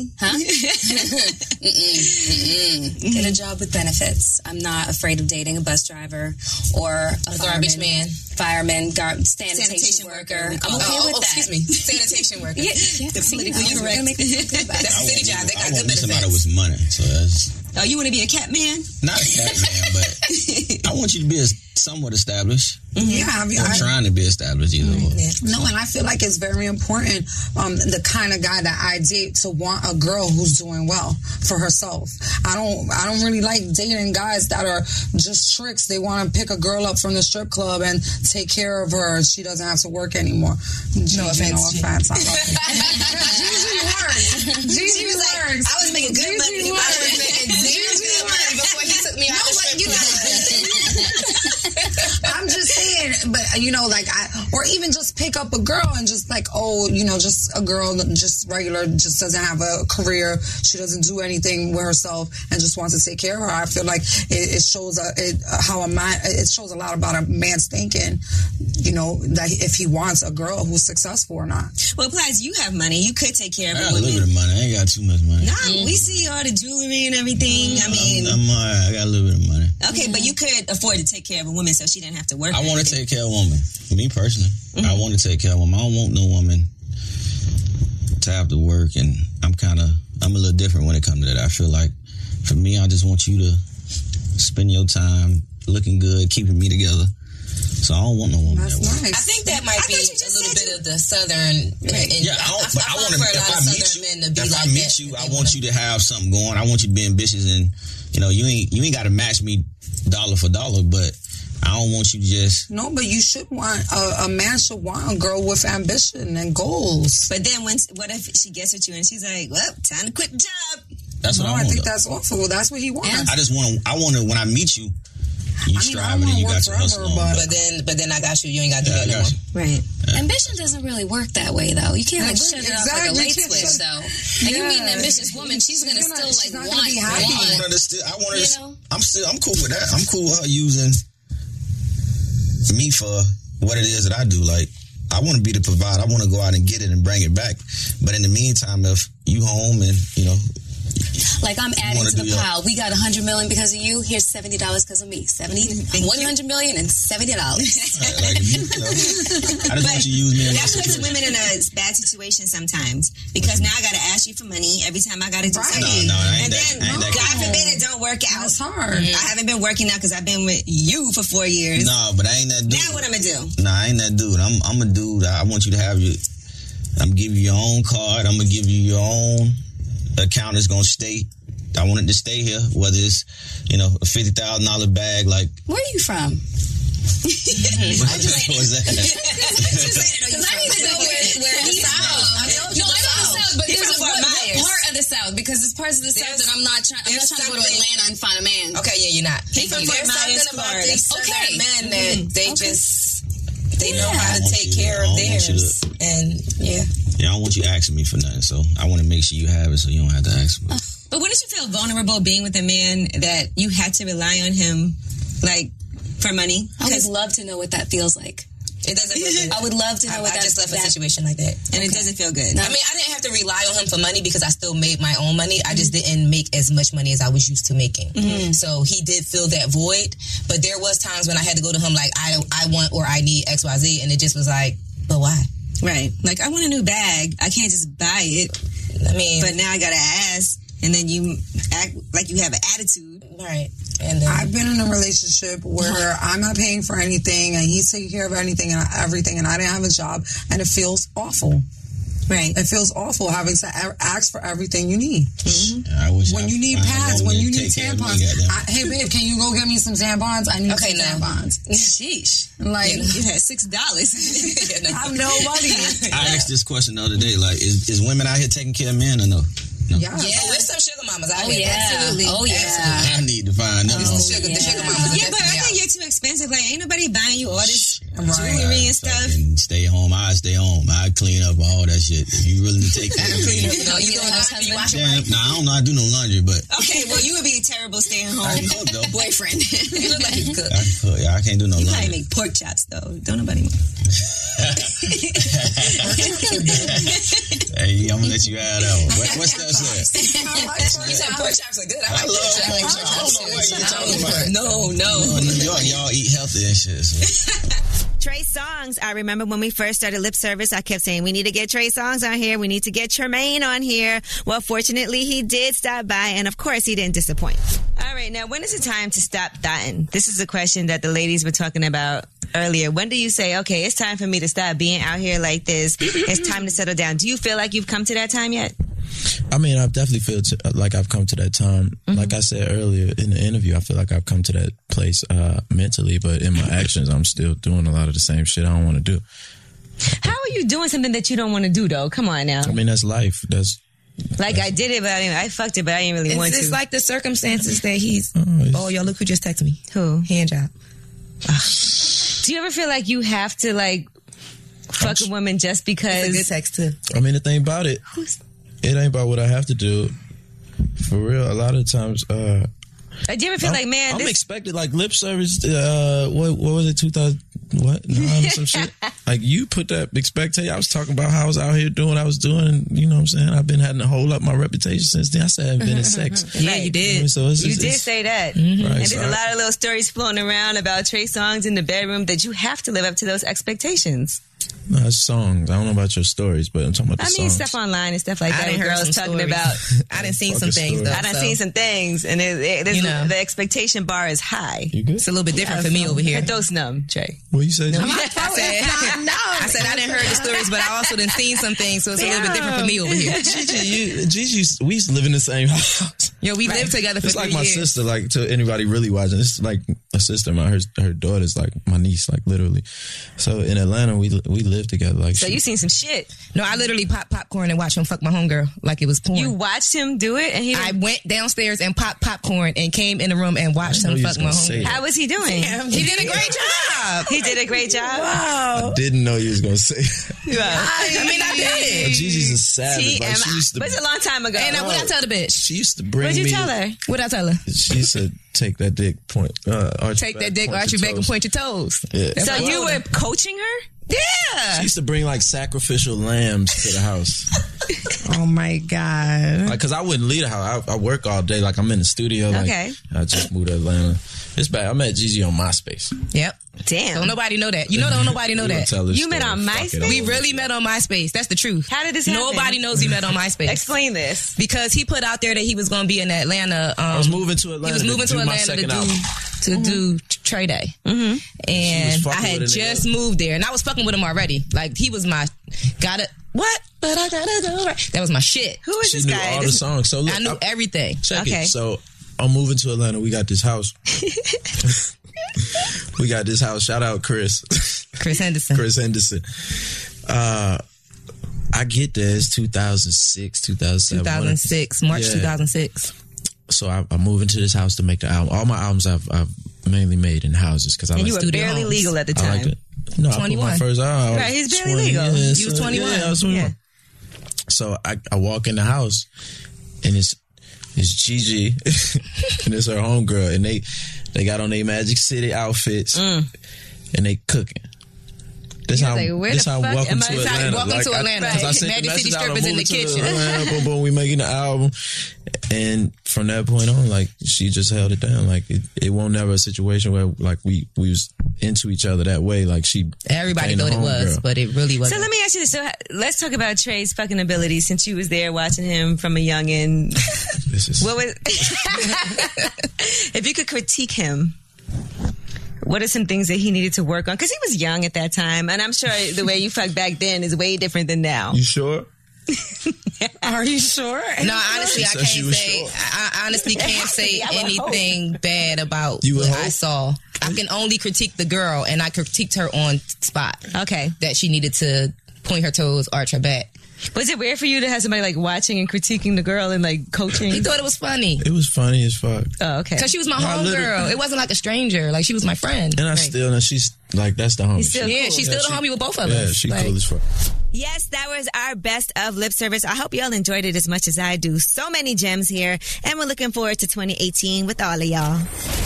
Speaker 25: Huh?
Speaker 11: Get
Speaker 25: Get a job with benefits. I'm not afraid of dating a bus driver or a,
Speaker 11: garbage
Speaker 25: fireman, fireman, gar- sanitation,
Speaker 11: Sanitation
Speaker 25: worker.
Speaker 11: worker.
Speaker 25: I'm okay
Speaker 11: Oh, oh,
Speaker 25: with that.
Speaker 11: excuse me. Sanitation worker.
Speaker 25: Yeah, yeah.
Speaker 11: The
Speaker 25: See,
Speaker 11: politically
Speaker 25: I was
Speaker 11: correct.
Speaker 25: gonna make you feel good about it.
Speaker 11: That's a city job. They
Speaker 24: I
Speaker 11: got good
Speaker 24: want me somebody
Speaker 11: benefits.
Speaker 24: with money. So that's
Speaker 25: Oh, you want to be a cat man?
Speaker 24: not that man, but I want you to be as- somewhat established.
Speaker 11: Mm-hmm.
Speaker 7: Yeah, I mean,
Speaker 24: Or
Speaker 7: I-
Speaker 24: trying to be established either way.
Speaker 7: No, and I feel like it's very important um, the kind of guy that I date to want a girl who's doing well for herself. I don't I don't really like dating guys that are just tricks. They want to pick a girl up from the strip club and take care of her. She doesn't have to work anymore. Gigi, no
Speaker 25: offense.
Speaker 7: offense. I love you.
Speaker 25: Gigi
Speaker 7: works. Gigi
Speaker 11: was like,
Speaker 7: works.
Speaker 11: I was making good
Speaker 7: Gigi
Speaker 11: money. I was
Speaker 7: works.
Speaker 11: making damn
Speaker 7: Gigi
Speaker 11: good money before he took me out
Speaker 7: No,
Speaker 11: the
Speaker 7: but
Speaker 11: strip
Speaker 7: you I'm just saying, but you know, like I, or even just pick up a girl and just like, oh, you know, just a girl, just regular, just doesn't have a career. She doesn't do anything with herself and just wants to take care of her. I feel like it, it shows a, it, how a man, it shows a lot about a man's thinking, you know, that if he wants a girl who's successful or not.
Speaker 25: Well, plus you have money. You could take care
Speaker 24: I
Speaker 25: of
Speaker 24: got
Speaker 25: a
Speaker 24: a little
Speaker 25: woman.
Speaker 24: bit of money. I ain't got too much money. Mm,
Speaker 25: Nah, we see all the jewelry and everything. I mean,
Speaker 24: I'm all right. I got a little bit of money.
Speaker 25: okay, but you could afford to take care of a woman, so she didn't have to work.
Speaker 24: I want to take care of a woman. Me personally, I
Speaker 11: Mm-hmm.
Speaker 24: want to take care of a woman. I don't want no woman to have to work, and I'm kind of I'm a little different when it comes to that. I feel like for me, I just want you to spend your time looking good, keeping me together. So I don't want no woman that way.
Speaker 11: I think that might be a little bit of the southern. and
Speaker 24: Yeah, I don't, but
Speaker 11: find
Speaker 24: I, want to.
Speaker 11: for a
Speaker 24: If
Speaker 11: lot
Speaker 24: I
Speaker 11: of
Speaker 24: meet
Speaker 11: southern
Speaker 24: you,
Speaker 11: men to be
Speaker 24: if
Speaker 11: like
Speaker 24: I meet
Speaker 11: that.
Speaker 24: you, I want you to have something going. I want you to be ambitious, and you know, you ain't you ain't got to match me dollar for dollar, but I don't want you to just.
Speaker 7: No, but you should want a, a man should want a girl with ambition and goals.
Speaker 25: But then, once what if she gets with you and she's like, "Well, time to quit the job."
Speaker 24: That's what
Speaker 7: no,
Speaker 24: I want.
Speaker 7: I, think
Speaker 24: though.
Speaker 7: that's awful. That's what he wants.
Speaker 24: I just want to. I want to. When I meet you, you striving and you got your hustle on.
Speaker 11: But then, but then I got you. You ain't got to do that no
Speaker 24: Yeah, I got
Speaker 11: more.
Speaker 25: Right. Ambition doesn't really work
Speaker 11: that way, though. You can't,
Speaker 25: like
Speaker 11: shut it off like a light switch, though.
Speaker 25: Like, you meet an ambitious
Speaker 11: woman, she's gonna
Speaker 25: still
Speaker 11: like
Speaker 25: want-
Speaker 11: want.
Speaker 24: I want her to still. I want her.
Speaker 11: You
Speaker 24: to- I'm still. I'm cool with that. I'm cool with her using me for what it is that I do. Like I want to be the provider. I want to go out and get it and bring it back. But in the meantime, if you home and you know
Speaker 25: Like I'm adding
Speaker 24: wanna
Speaker 25: to the
Speaker 24: do your-
Speaker 25: pile. We got 100 million because of you. Here's 70 dollars because of me. 70, 100 million and 70 dollars.
Speaker 24: Like, if you, you know, I just want you to use me in my
Speaker 25: That puts
Speaker 24: situation.
Speaker 25: women in a bad situation sometimes because now I gotta ask you for money every time I gotta do something.
Speaker 24: No, no, I ain't
Speaker 25: and
Speaker 24: that-
Speaker 25: then
Speaker 24: I ain't that
Speaker 25: God
Speaker 24: kind.
Speaker 25: forbid it don't work out. That's hard. I haven't been working out because I've been with you for four years.
Speaker 24: No, but I ain't that dude.
Speaker 25: Now what I'm gonna do?
Speaker 24: Nah, I ain't that dude. I'm I'm a dude. I I want you to have your. I'm gonna give you your own card. I'm gonna give you your own account. It's gonna stay. I want it to stay here. Whether it's you know a fifty thousand dollar bag, like
Speaker 25: Where are you
Speaker 24: what
Speaker 25: from?
Speaker 24: was that?
Speaker 26: Because I need to know where, where the South. no, I know the South, but
Speaker 25: He's
Speaker 26: there's
Speaker 25: from
Speaker 26: a what,
Speaker 25: Fort
Speaker 26: what
Speaker 25: Myers.
Speaker 26: part of the South because there's parts of the South that I'm not trying. I'm not trying
Speaker 25: there's
Speaker 26: to go to
Speaker 25: something-
Speaker 26: Atlanta and find a man.
Speaker 25: Okay, yeah, you're not.
Speaker 26: Thank
Speaker 25: He's
Speaker 26: you. Mm-hmm.
Speaker 25: from
Speaker 26: There's something
Speaker 25: Fort Myers,
Speaker 26: about
Speaker 25: Florida.
Speaker 26: these southern
Speaker 25: Okay.
Speaker 26: men that
Speaker 25: Mhm.
Speaker 26: they
Speaker 25: Okay.
Speaker 26: just
Speaker 25: They know
Speaker 26: Yeah.
Speaker 25: how to take
Speaker 24: I
Speaker 25: care of
Speaker 24: don't want you
Speaker 25: theirs. And yeah.
Speaker 24: Yeah, I don't want you asking me for nothing. So I want to make sure you have it, so you don't have to ask me.
Speaker 25: But wouldn't you feel vulnerable being with a man that you had to rely on him, like for money?
Speaker 26: I would love to know what that feels like.
Speaker 25: It doesn't. Feel good.
Speaker 26: I would love to know
Speaker 25: I,
Speaker 26: what
Speaker 25: I
Speaker 26: that-
Speaker 25: just left a
Speaker 26: that-
Speaker 25: situation like that, and it doesn't feel good.
Speaker 11: I mean, I didn't have to rely on him for money because I still made my own money. I just didn't make as much money as I was used to making.
Speaker 9: Mm-hmm.
Speaker 25: Mhm.
Speaker 11: So he did fill that void. But there was times when I had to go to him like, I I want or I need X Y Z, and it just was like, but why?
Speaker 25: right? Like I want a new bag. I can't just buy it. I mean, but now I gotta ask, and then you act like you have an attitude,
Speaker 11: right?
Speaker 25: And then
Speaker 7: I've been in a relationship where I'm not paying for anything and he's taking care of anything and everything and I didn't have a job and it feels awful.
Speaker 25: Right.
Speaker 7: It feels awful having to a- ask for everything you need.
Speaker 25: Mm-hmm.
Speaker 24: I wish
Speaker 7: When
Speaker 24: I
Speaker 7: you
Speaker 24: could
Speaker 7: need
Speaker 24: find a
Speaker 7: pads,
Speaker 24: woman
Speaker 7: when
Speaker 24: to
Speaker 7: you need
Speaker 24: take care of me,
Speaker 7: tampons.
Speaker 24: goddamn.
Speaker 7: I, hey, babe, can you go get me some tampons? I need
Speaker 25: Okay,
Speaker 7: some
Speaker 25: now.
Speaker 7: tampons.
Speaker 25: Sheesh.
Speaker 7: Like,
Speaker 25: you, know, you had six dollars.
Speaker 7: I have no money.
Speaker 24: I asked this question the other day. Like, is, is women out here taking care of men or no? No.
Speaker 7: Yeah,
Speaker 11: Oh, there's some sugar mamas out
Speaker 25: Oh,
Speaker 11: here.
Speaker 25: yeah.
Speaker 11: Absolutely.
Speaker 25: Oh, yeah.
Speaker 11: Absolutely.
Speaker 24: I need to find them.
Speaker 11: the sugar, the sugar mamas. are
Speaker 25: yeah, but
Speaker 11: definitely out.
Speaker 25: I think you're too expensive. Like, ain't nobody buying you all this jewelry and stuff.
Speaker 24: And stay home. I stay home. I clean up all that shit. If you really take care of me.
Speaker 25: No, you doing those husband
Speaker 24: Damn, Nah, I don't know. I do no laundry, but
Speaker 4: Oh.
Speaker 25: Okay, well, you would be a terrible stay-at-home boyfriend. you look like you cook.
Speaker 24: I, cook. Yeah, I can't do no
Speaker 25: You
Speaker 24: laundry.
Speaker 25: probably make pork chops though. Don't nobody.
Speaker 24: hey, I'm gonna let you have that one. What, what's that said?
Speaker 11: You said pork chops are good. I like pork chops. I don't know what you're
Speaker 24: talking about.
Speaker 11: No,
Speaker 24: No, New York, y'all eat healthy and shit. So.
Speaker 4: Trey Songs. I remember when we first started lip service, I kept saying, we need to get Trey Songs on here. We need to get Tremaine on here. Well, fortunately, he did stop by, and of course, he didn't disappoint. All right, now when is the time to stop thotting? This is a question that the ladies were talking about earlier. When do you say, okay, it's time for me to stop being out here like this? it's time to settle down. Do you feel like you've come to that time yet?
Speaker 27: I mean, I've definitely feel t- like I've come to that time.
Speaker 4: Mm-hmm.
Speaker 27: Like I said earlier in the interview, I feel like I've come to that place uh, mentally, but in my actions, I'm still doing a lot of the same shit I don't want to do.
Speaker 4: How are you doing something that you don't want to do, though? Come on now.
Speaker 27: I mean, that's life. That's
Speaker 4: Like I did it, but I, didn't, I fucked it, but I didn't really
Speaker 9: It's
Speaker 4: want
Speaker 9: just
Speaker 4: to.
Speaker 9: like the circumstances that he's. Oh, yo, look who just texted me.
Speaker 4: Who?
Speaker 9: Hand job.
Speaker 4: Do you ever feel like you have to like fuck a woman just because? It's a good
Speaker 9: text too.
Speaker 27: I mean, the thing about it, it ain't about what I have to do. For real, a lot of times, uh,
Speaker 4: Do you ever feel
Speaker 27: I'm-
Speaker 4: like, man,
Speaker 27: I'm
Speaker 4: this
Speaker 27: expected like lip service. Uh, what what was it? Two thousand what nine or um, some shit. Like you put that expectation. I was talking about how I was out here doing. what I was doing. You know what I'm saying? I've been having to hold up my reputation since then. I said I haven't been in sex.
Speaker 4: Yeah, you did.
Speaker 27: I mean, so it's,
Speaker 4: you
Speaker 27: it's-
Speaker 4: did
Speaker 27: it's-
Speaker 4: say that.
Speaker 27: Right,
Speaker 4: and there's
Speaker 27: so
Speaker 4: a
Speaker 27: I-
Speaker 4: lot of little stories floating around about Trey songs in the bedroom that you have to live up to those expectations.
Speaker 27: No, it's songs. I don't know about your stories, but I'm talking about
Speaker 4: I
Speaker 27: the
Speaker 4: mean,
Speaker 27: songs.
Speaker 4: stuff online and stuff like
Speaker 9: I
Speaker 4: that.
Speaker 9: done
Speaker 4: with
Speaker 9: heard
Speaker 4: girls
Speaker 9: some
Speaker 4: talking
Speaker 9: stories.
Speaker 4: about.
Speaker 9: I done seen some
Speaker 4: Fucking
Speaker 9: things,
Speaker 4: stories.
Speaker 9: though,
Speaker 4: I done
Speaker 9: so.
Speaker 4: seen some things, and it, it, there's-
Speaker 9: You know.
Speaker 4: the expectation bar is high.
Speaker 9: It's a little bit different for me over here.
Speaker 4: Get those numb, Trey.
Speaker 27: What you say?
Speaker 9: I said, I said I didn't heard the stories, but I also done seen some things, so it's a little bit different for me over here.
Speaker 27: Gigi, you, Gigi, used- we used to live in the same house.
Speaker 9: Yo, we lived together for
Speaker 27: It's like
Speaker 9: three
Speaker 27: my
Speaker 9: years.
Speaker 27: sister. Like to anybody really watching, it's like a sister. My her her daughter's like my niece. Like literally. So in Atlanta, we we lived together. Like she-
Speaker 4: seen some shit?
Speaker 9: No, I literally popped popcorn and watched him fuck my homegirl like it was porn. You
Speaker 4: watched him do it, and he.
Speaker 9: I went downstairs and popped popcorn and came in the room and watched
Speaker 27: I know
Speaker 9: him
Speaker 27: you
Speaker 9: fuck
Speaker 27: was
Speaker 9: my
Speaker 27: gonna say
Speaker 9: homegirl.
Speaker 27: that.
Speaker 4: How was he doing?
Speaker 9: Damn, he did a great job.
Speaker 4: he did a great job.
Speaker 9: Wow.
Speaker 27: didn't know you was gonna say.
Speaker 9: I mean, I did.
Speaker 27: Gigi's a savage. Like, she used to,
Speaker 4: But it's a long time ago.
Speaker 9: And I, what I tell the bitch?
Speaker 27: She used to bring
Speaker 9: What'd you
Speaker 27: me-
Speaker 9: tell her? What I tell her?
Speaker 27: she said, "Take that dick, point. Uh, arch
Speaker 9: Take
Speaker 27: your
Speaker 9: that
Speaker 27: back,
Speaker 9: dick,
Speaker 27: point
Speaker 9: arch your back, and
Speaker 27: toes."
Speaker 9: point your toes.
Speaker 27: Yeah.
Speaker 9: That's
Speaker 4: So
Speaker 9: what I
Speaker 4: you
Speaker 9: told
Speaker 4: were
Speaker 9: her.
Speaker 4: coaching her?
Speaker 28: Yeah.
Speaker 27: She used to bring like sacrificial lambs to the house.
Speaker 29: oh my god.
Speaker 27: Like, cause I wouldn't leave the house. I, I work all day. Like, I'm in the studio. Like,
Speaker 29: Okay.
Speaker 27: I just moved to Atlanta. It's bad. I met Gigi on MySpace.
Speaker 11: Yep.
Speaker 4: Damn.
Speaker 11: Don't nobody know that. You know, don't nobody know
Speaker 27: We gonna
Speaker 11: that.
Speaker 27: tell this You met story. on Fuck it MySpace?
Speaker 11: We really met on MySpace. That's the truth. How did
Speaker 30: this happen?
Speaker 11: Nobody knows we met on MySpace. Explain this. Because he put out there that he was going to be in Atlanta. Um, I
Speaker 27: was moving to Atlanta
Speaker 11: He was
Speaker 27: to
Speaker 11: moving to,
Speaker 27: do my
Speaker 11: Atlanta to
Speaker 27: second
Speaker 11: do,
Speaker 27: album.
Speaker 11: to do Trey Day. Mm-hmm.
Speaker 27: She was
Speaker 11: And I
Speaker 27: fucking
Speaker 11: had
Speaker 27: with a nigga.
Speaker 11: just moved there, and I was fucking with him already. Like he was my gotta what? But I gotta go. Right. That was my shit. Who
Speaker 27: she knew all the songs. So look,
Speaker 11: I knew everything.
Speaker 27: Check it. So I'm moving to Atlanta. We got this house. we got this house. Shout out Chris.
Speaker 11: Chris Henderson.
Speaker 27: Chris Henderson. Uh, I get there. It's 2006, 2007.
Speaker 11: 2006, March
Speaker 27: Yeah.
Speaker 11: 2006.
Speaker 27: So I, I move into this house to make the album. All my albums I've, I've mainly made in houses because I
Speaker 11: And
Speaker 27: like
Speaker 11: you were
Speaker 27: studio
Speaker 11: barely
Speaker 27: homes.
Speaker 11: legal at the
Speaker 27: I like
Speaker 11: time.
Speaker 27: it. No, I put
Speaker 11: 21.
Speaker 27: my first album. I was
Speaker 11: Right, he's barely
Speaker 27: 20,
Speaker 11: legal.
Speaker 27: yeah,
Speaker 11: You was
Speaker 27: so-
Speaker 11: 21.
Speaker 27: Yeah, I was 21. So I, I walk in the house and it's it's Gigi and it's her homegirl and they they got on their Magic City outfits
Speaker 4: Mm.
Speaker 27: and they cooking. This
Speaker 11: You
Speaker 27: how
Speaker 11: was like, where
Speaker 27: this
Speaker 11: the
Speaker 27: how
Speaker 11: fuck
Speaker 27: welcome
Speaker 11: am
Speaker 27: to
Speaker 11: I? It's how
Speaker 27: Atlanta.
Speaker 11: Welcome to Atlanta.
Speaker 27: Because I,
Speaker 11: Right.
Speaker 27: sent
Speaker 11: Magic
Speaker 27: the
Speaker 11: City
Speaker 27: message out,
Speaker 11: strippers
Speaker 27: I'm
Speaker 11: in the
Speaker 27: moving to
Speaker 11: kitchen.
Speaker 27: Atlanta, boom, boom, we making the album, and from that point on, like she just held it down. Like it, it won't never a situation where like we we was into each other that way. Like she
Speaker 11: Everybody
Speaker 27: became the
Speaker 11: thought it was,
Speaker 27: homegirl.
Speaker 11: but it really
Speaker 4: So
Speaker 11: wasn't.
Speaker 4: let me ask you this. So ha- let's talk about Trey's fucking ability since you was there watching him from a youngin.
Speaker 27: this is
Speaker 4: what was if you could critique him. What are some things that he needed to work on? Because he was young at that time, and I'm sure the way you fucked back then is way different than now.
Speaker 27: You sure?
Speaker 4: Are you sure?
Speaker 11: No, honestly, I can't say. I I honestly can't say
Speaker 4: I would
Speaker 11: anything bad about
Speaker 4: You would
Speaker 11: what
Speaker 4: hope?
Speaker 11: I saw. I can only critique the girl, and I critiqued her on spot. Okay, that she needed to point her toes, arch her back.
Speaker 4: Was it weird for you to have somebody like watching and critiquing the girl and like coaching?
Speaker 11: He thought it was funny.
Speaker 27: It was funny as fuck.
Speaker 4: Oh, okay.
Speaker 11: Cause she was my
Speaker 27: No, I
Speaker 11: homegirl.
Speaker 27: literally-
Speaker 11: It wasn't like a stranger. Like she was my friend.
Speaker 27: And I
Speaker 11: Like,
Speaker 27: still know she's like that's the homie.
Speaker 11: He's still
Speaker 27: She-
Speaker 11: Yeah, cool. she's still the homie with both of
Speaker 27: yeah,
Speaker 11: us.
Speaker 27: she
Speaker 11: Like-
Speaker 27: cool as fuck.
Speaker 4: Yes, that was our best of lip service. I hope y'all enjoyed it as much as I do. So many gems here, and we're looking forward to 2018 with all of y'all.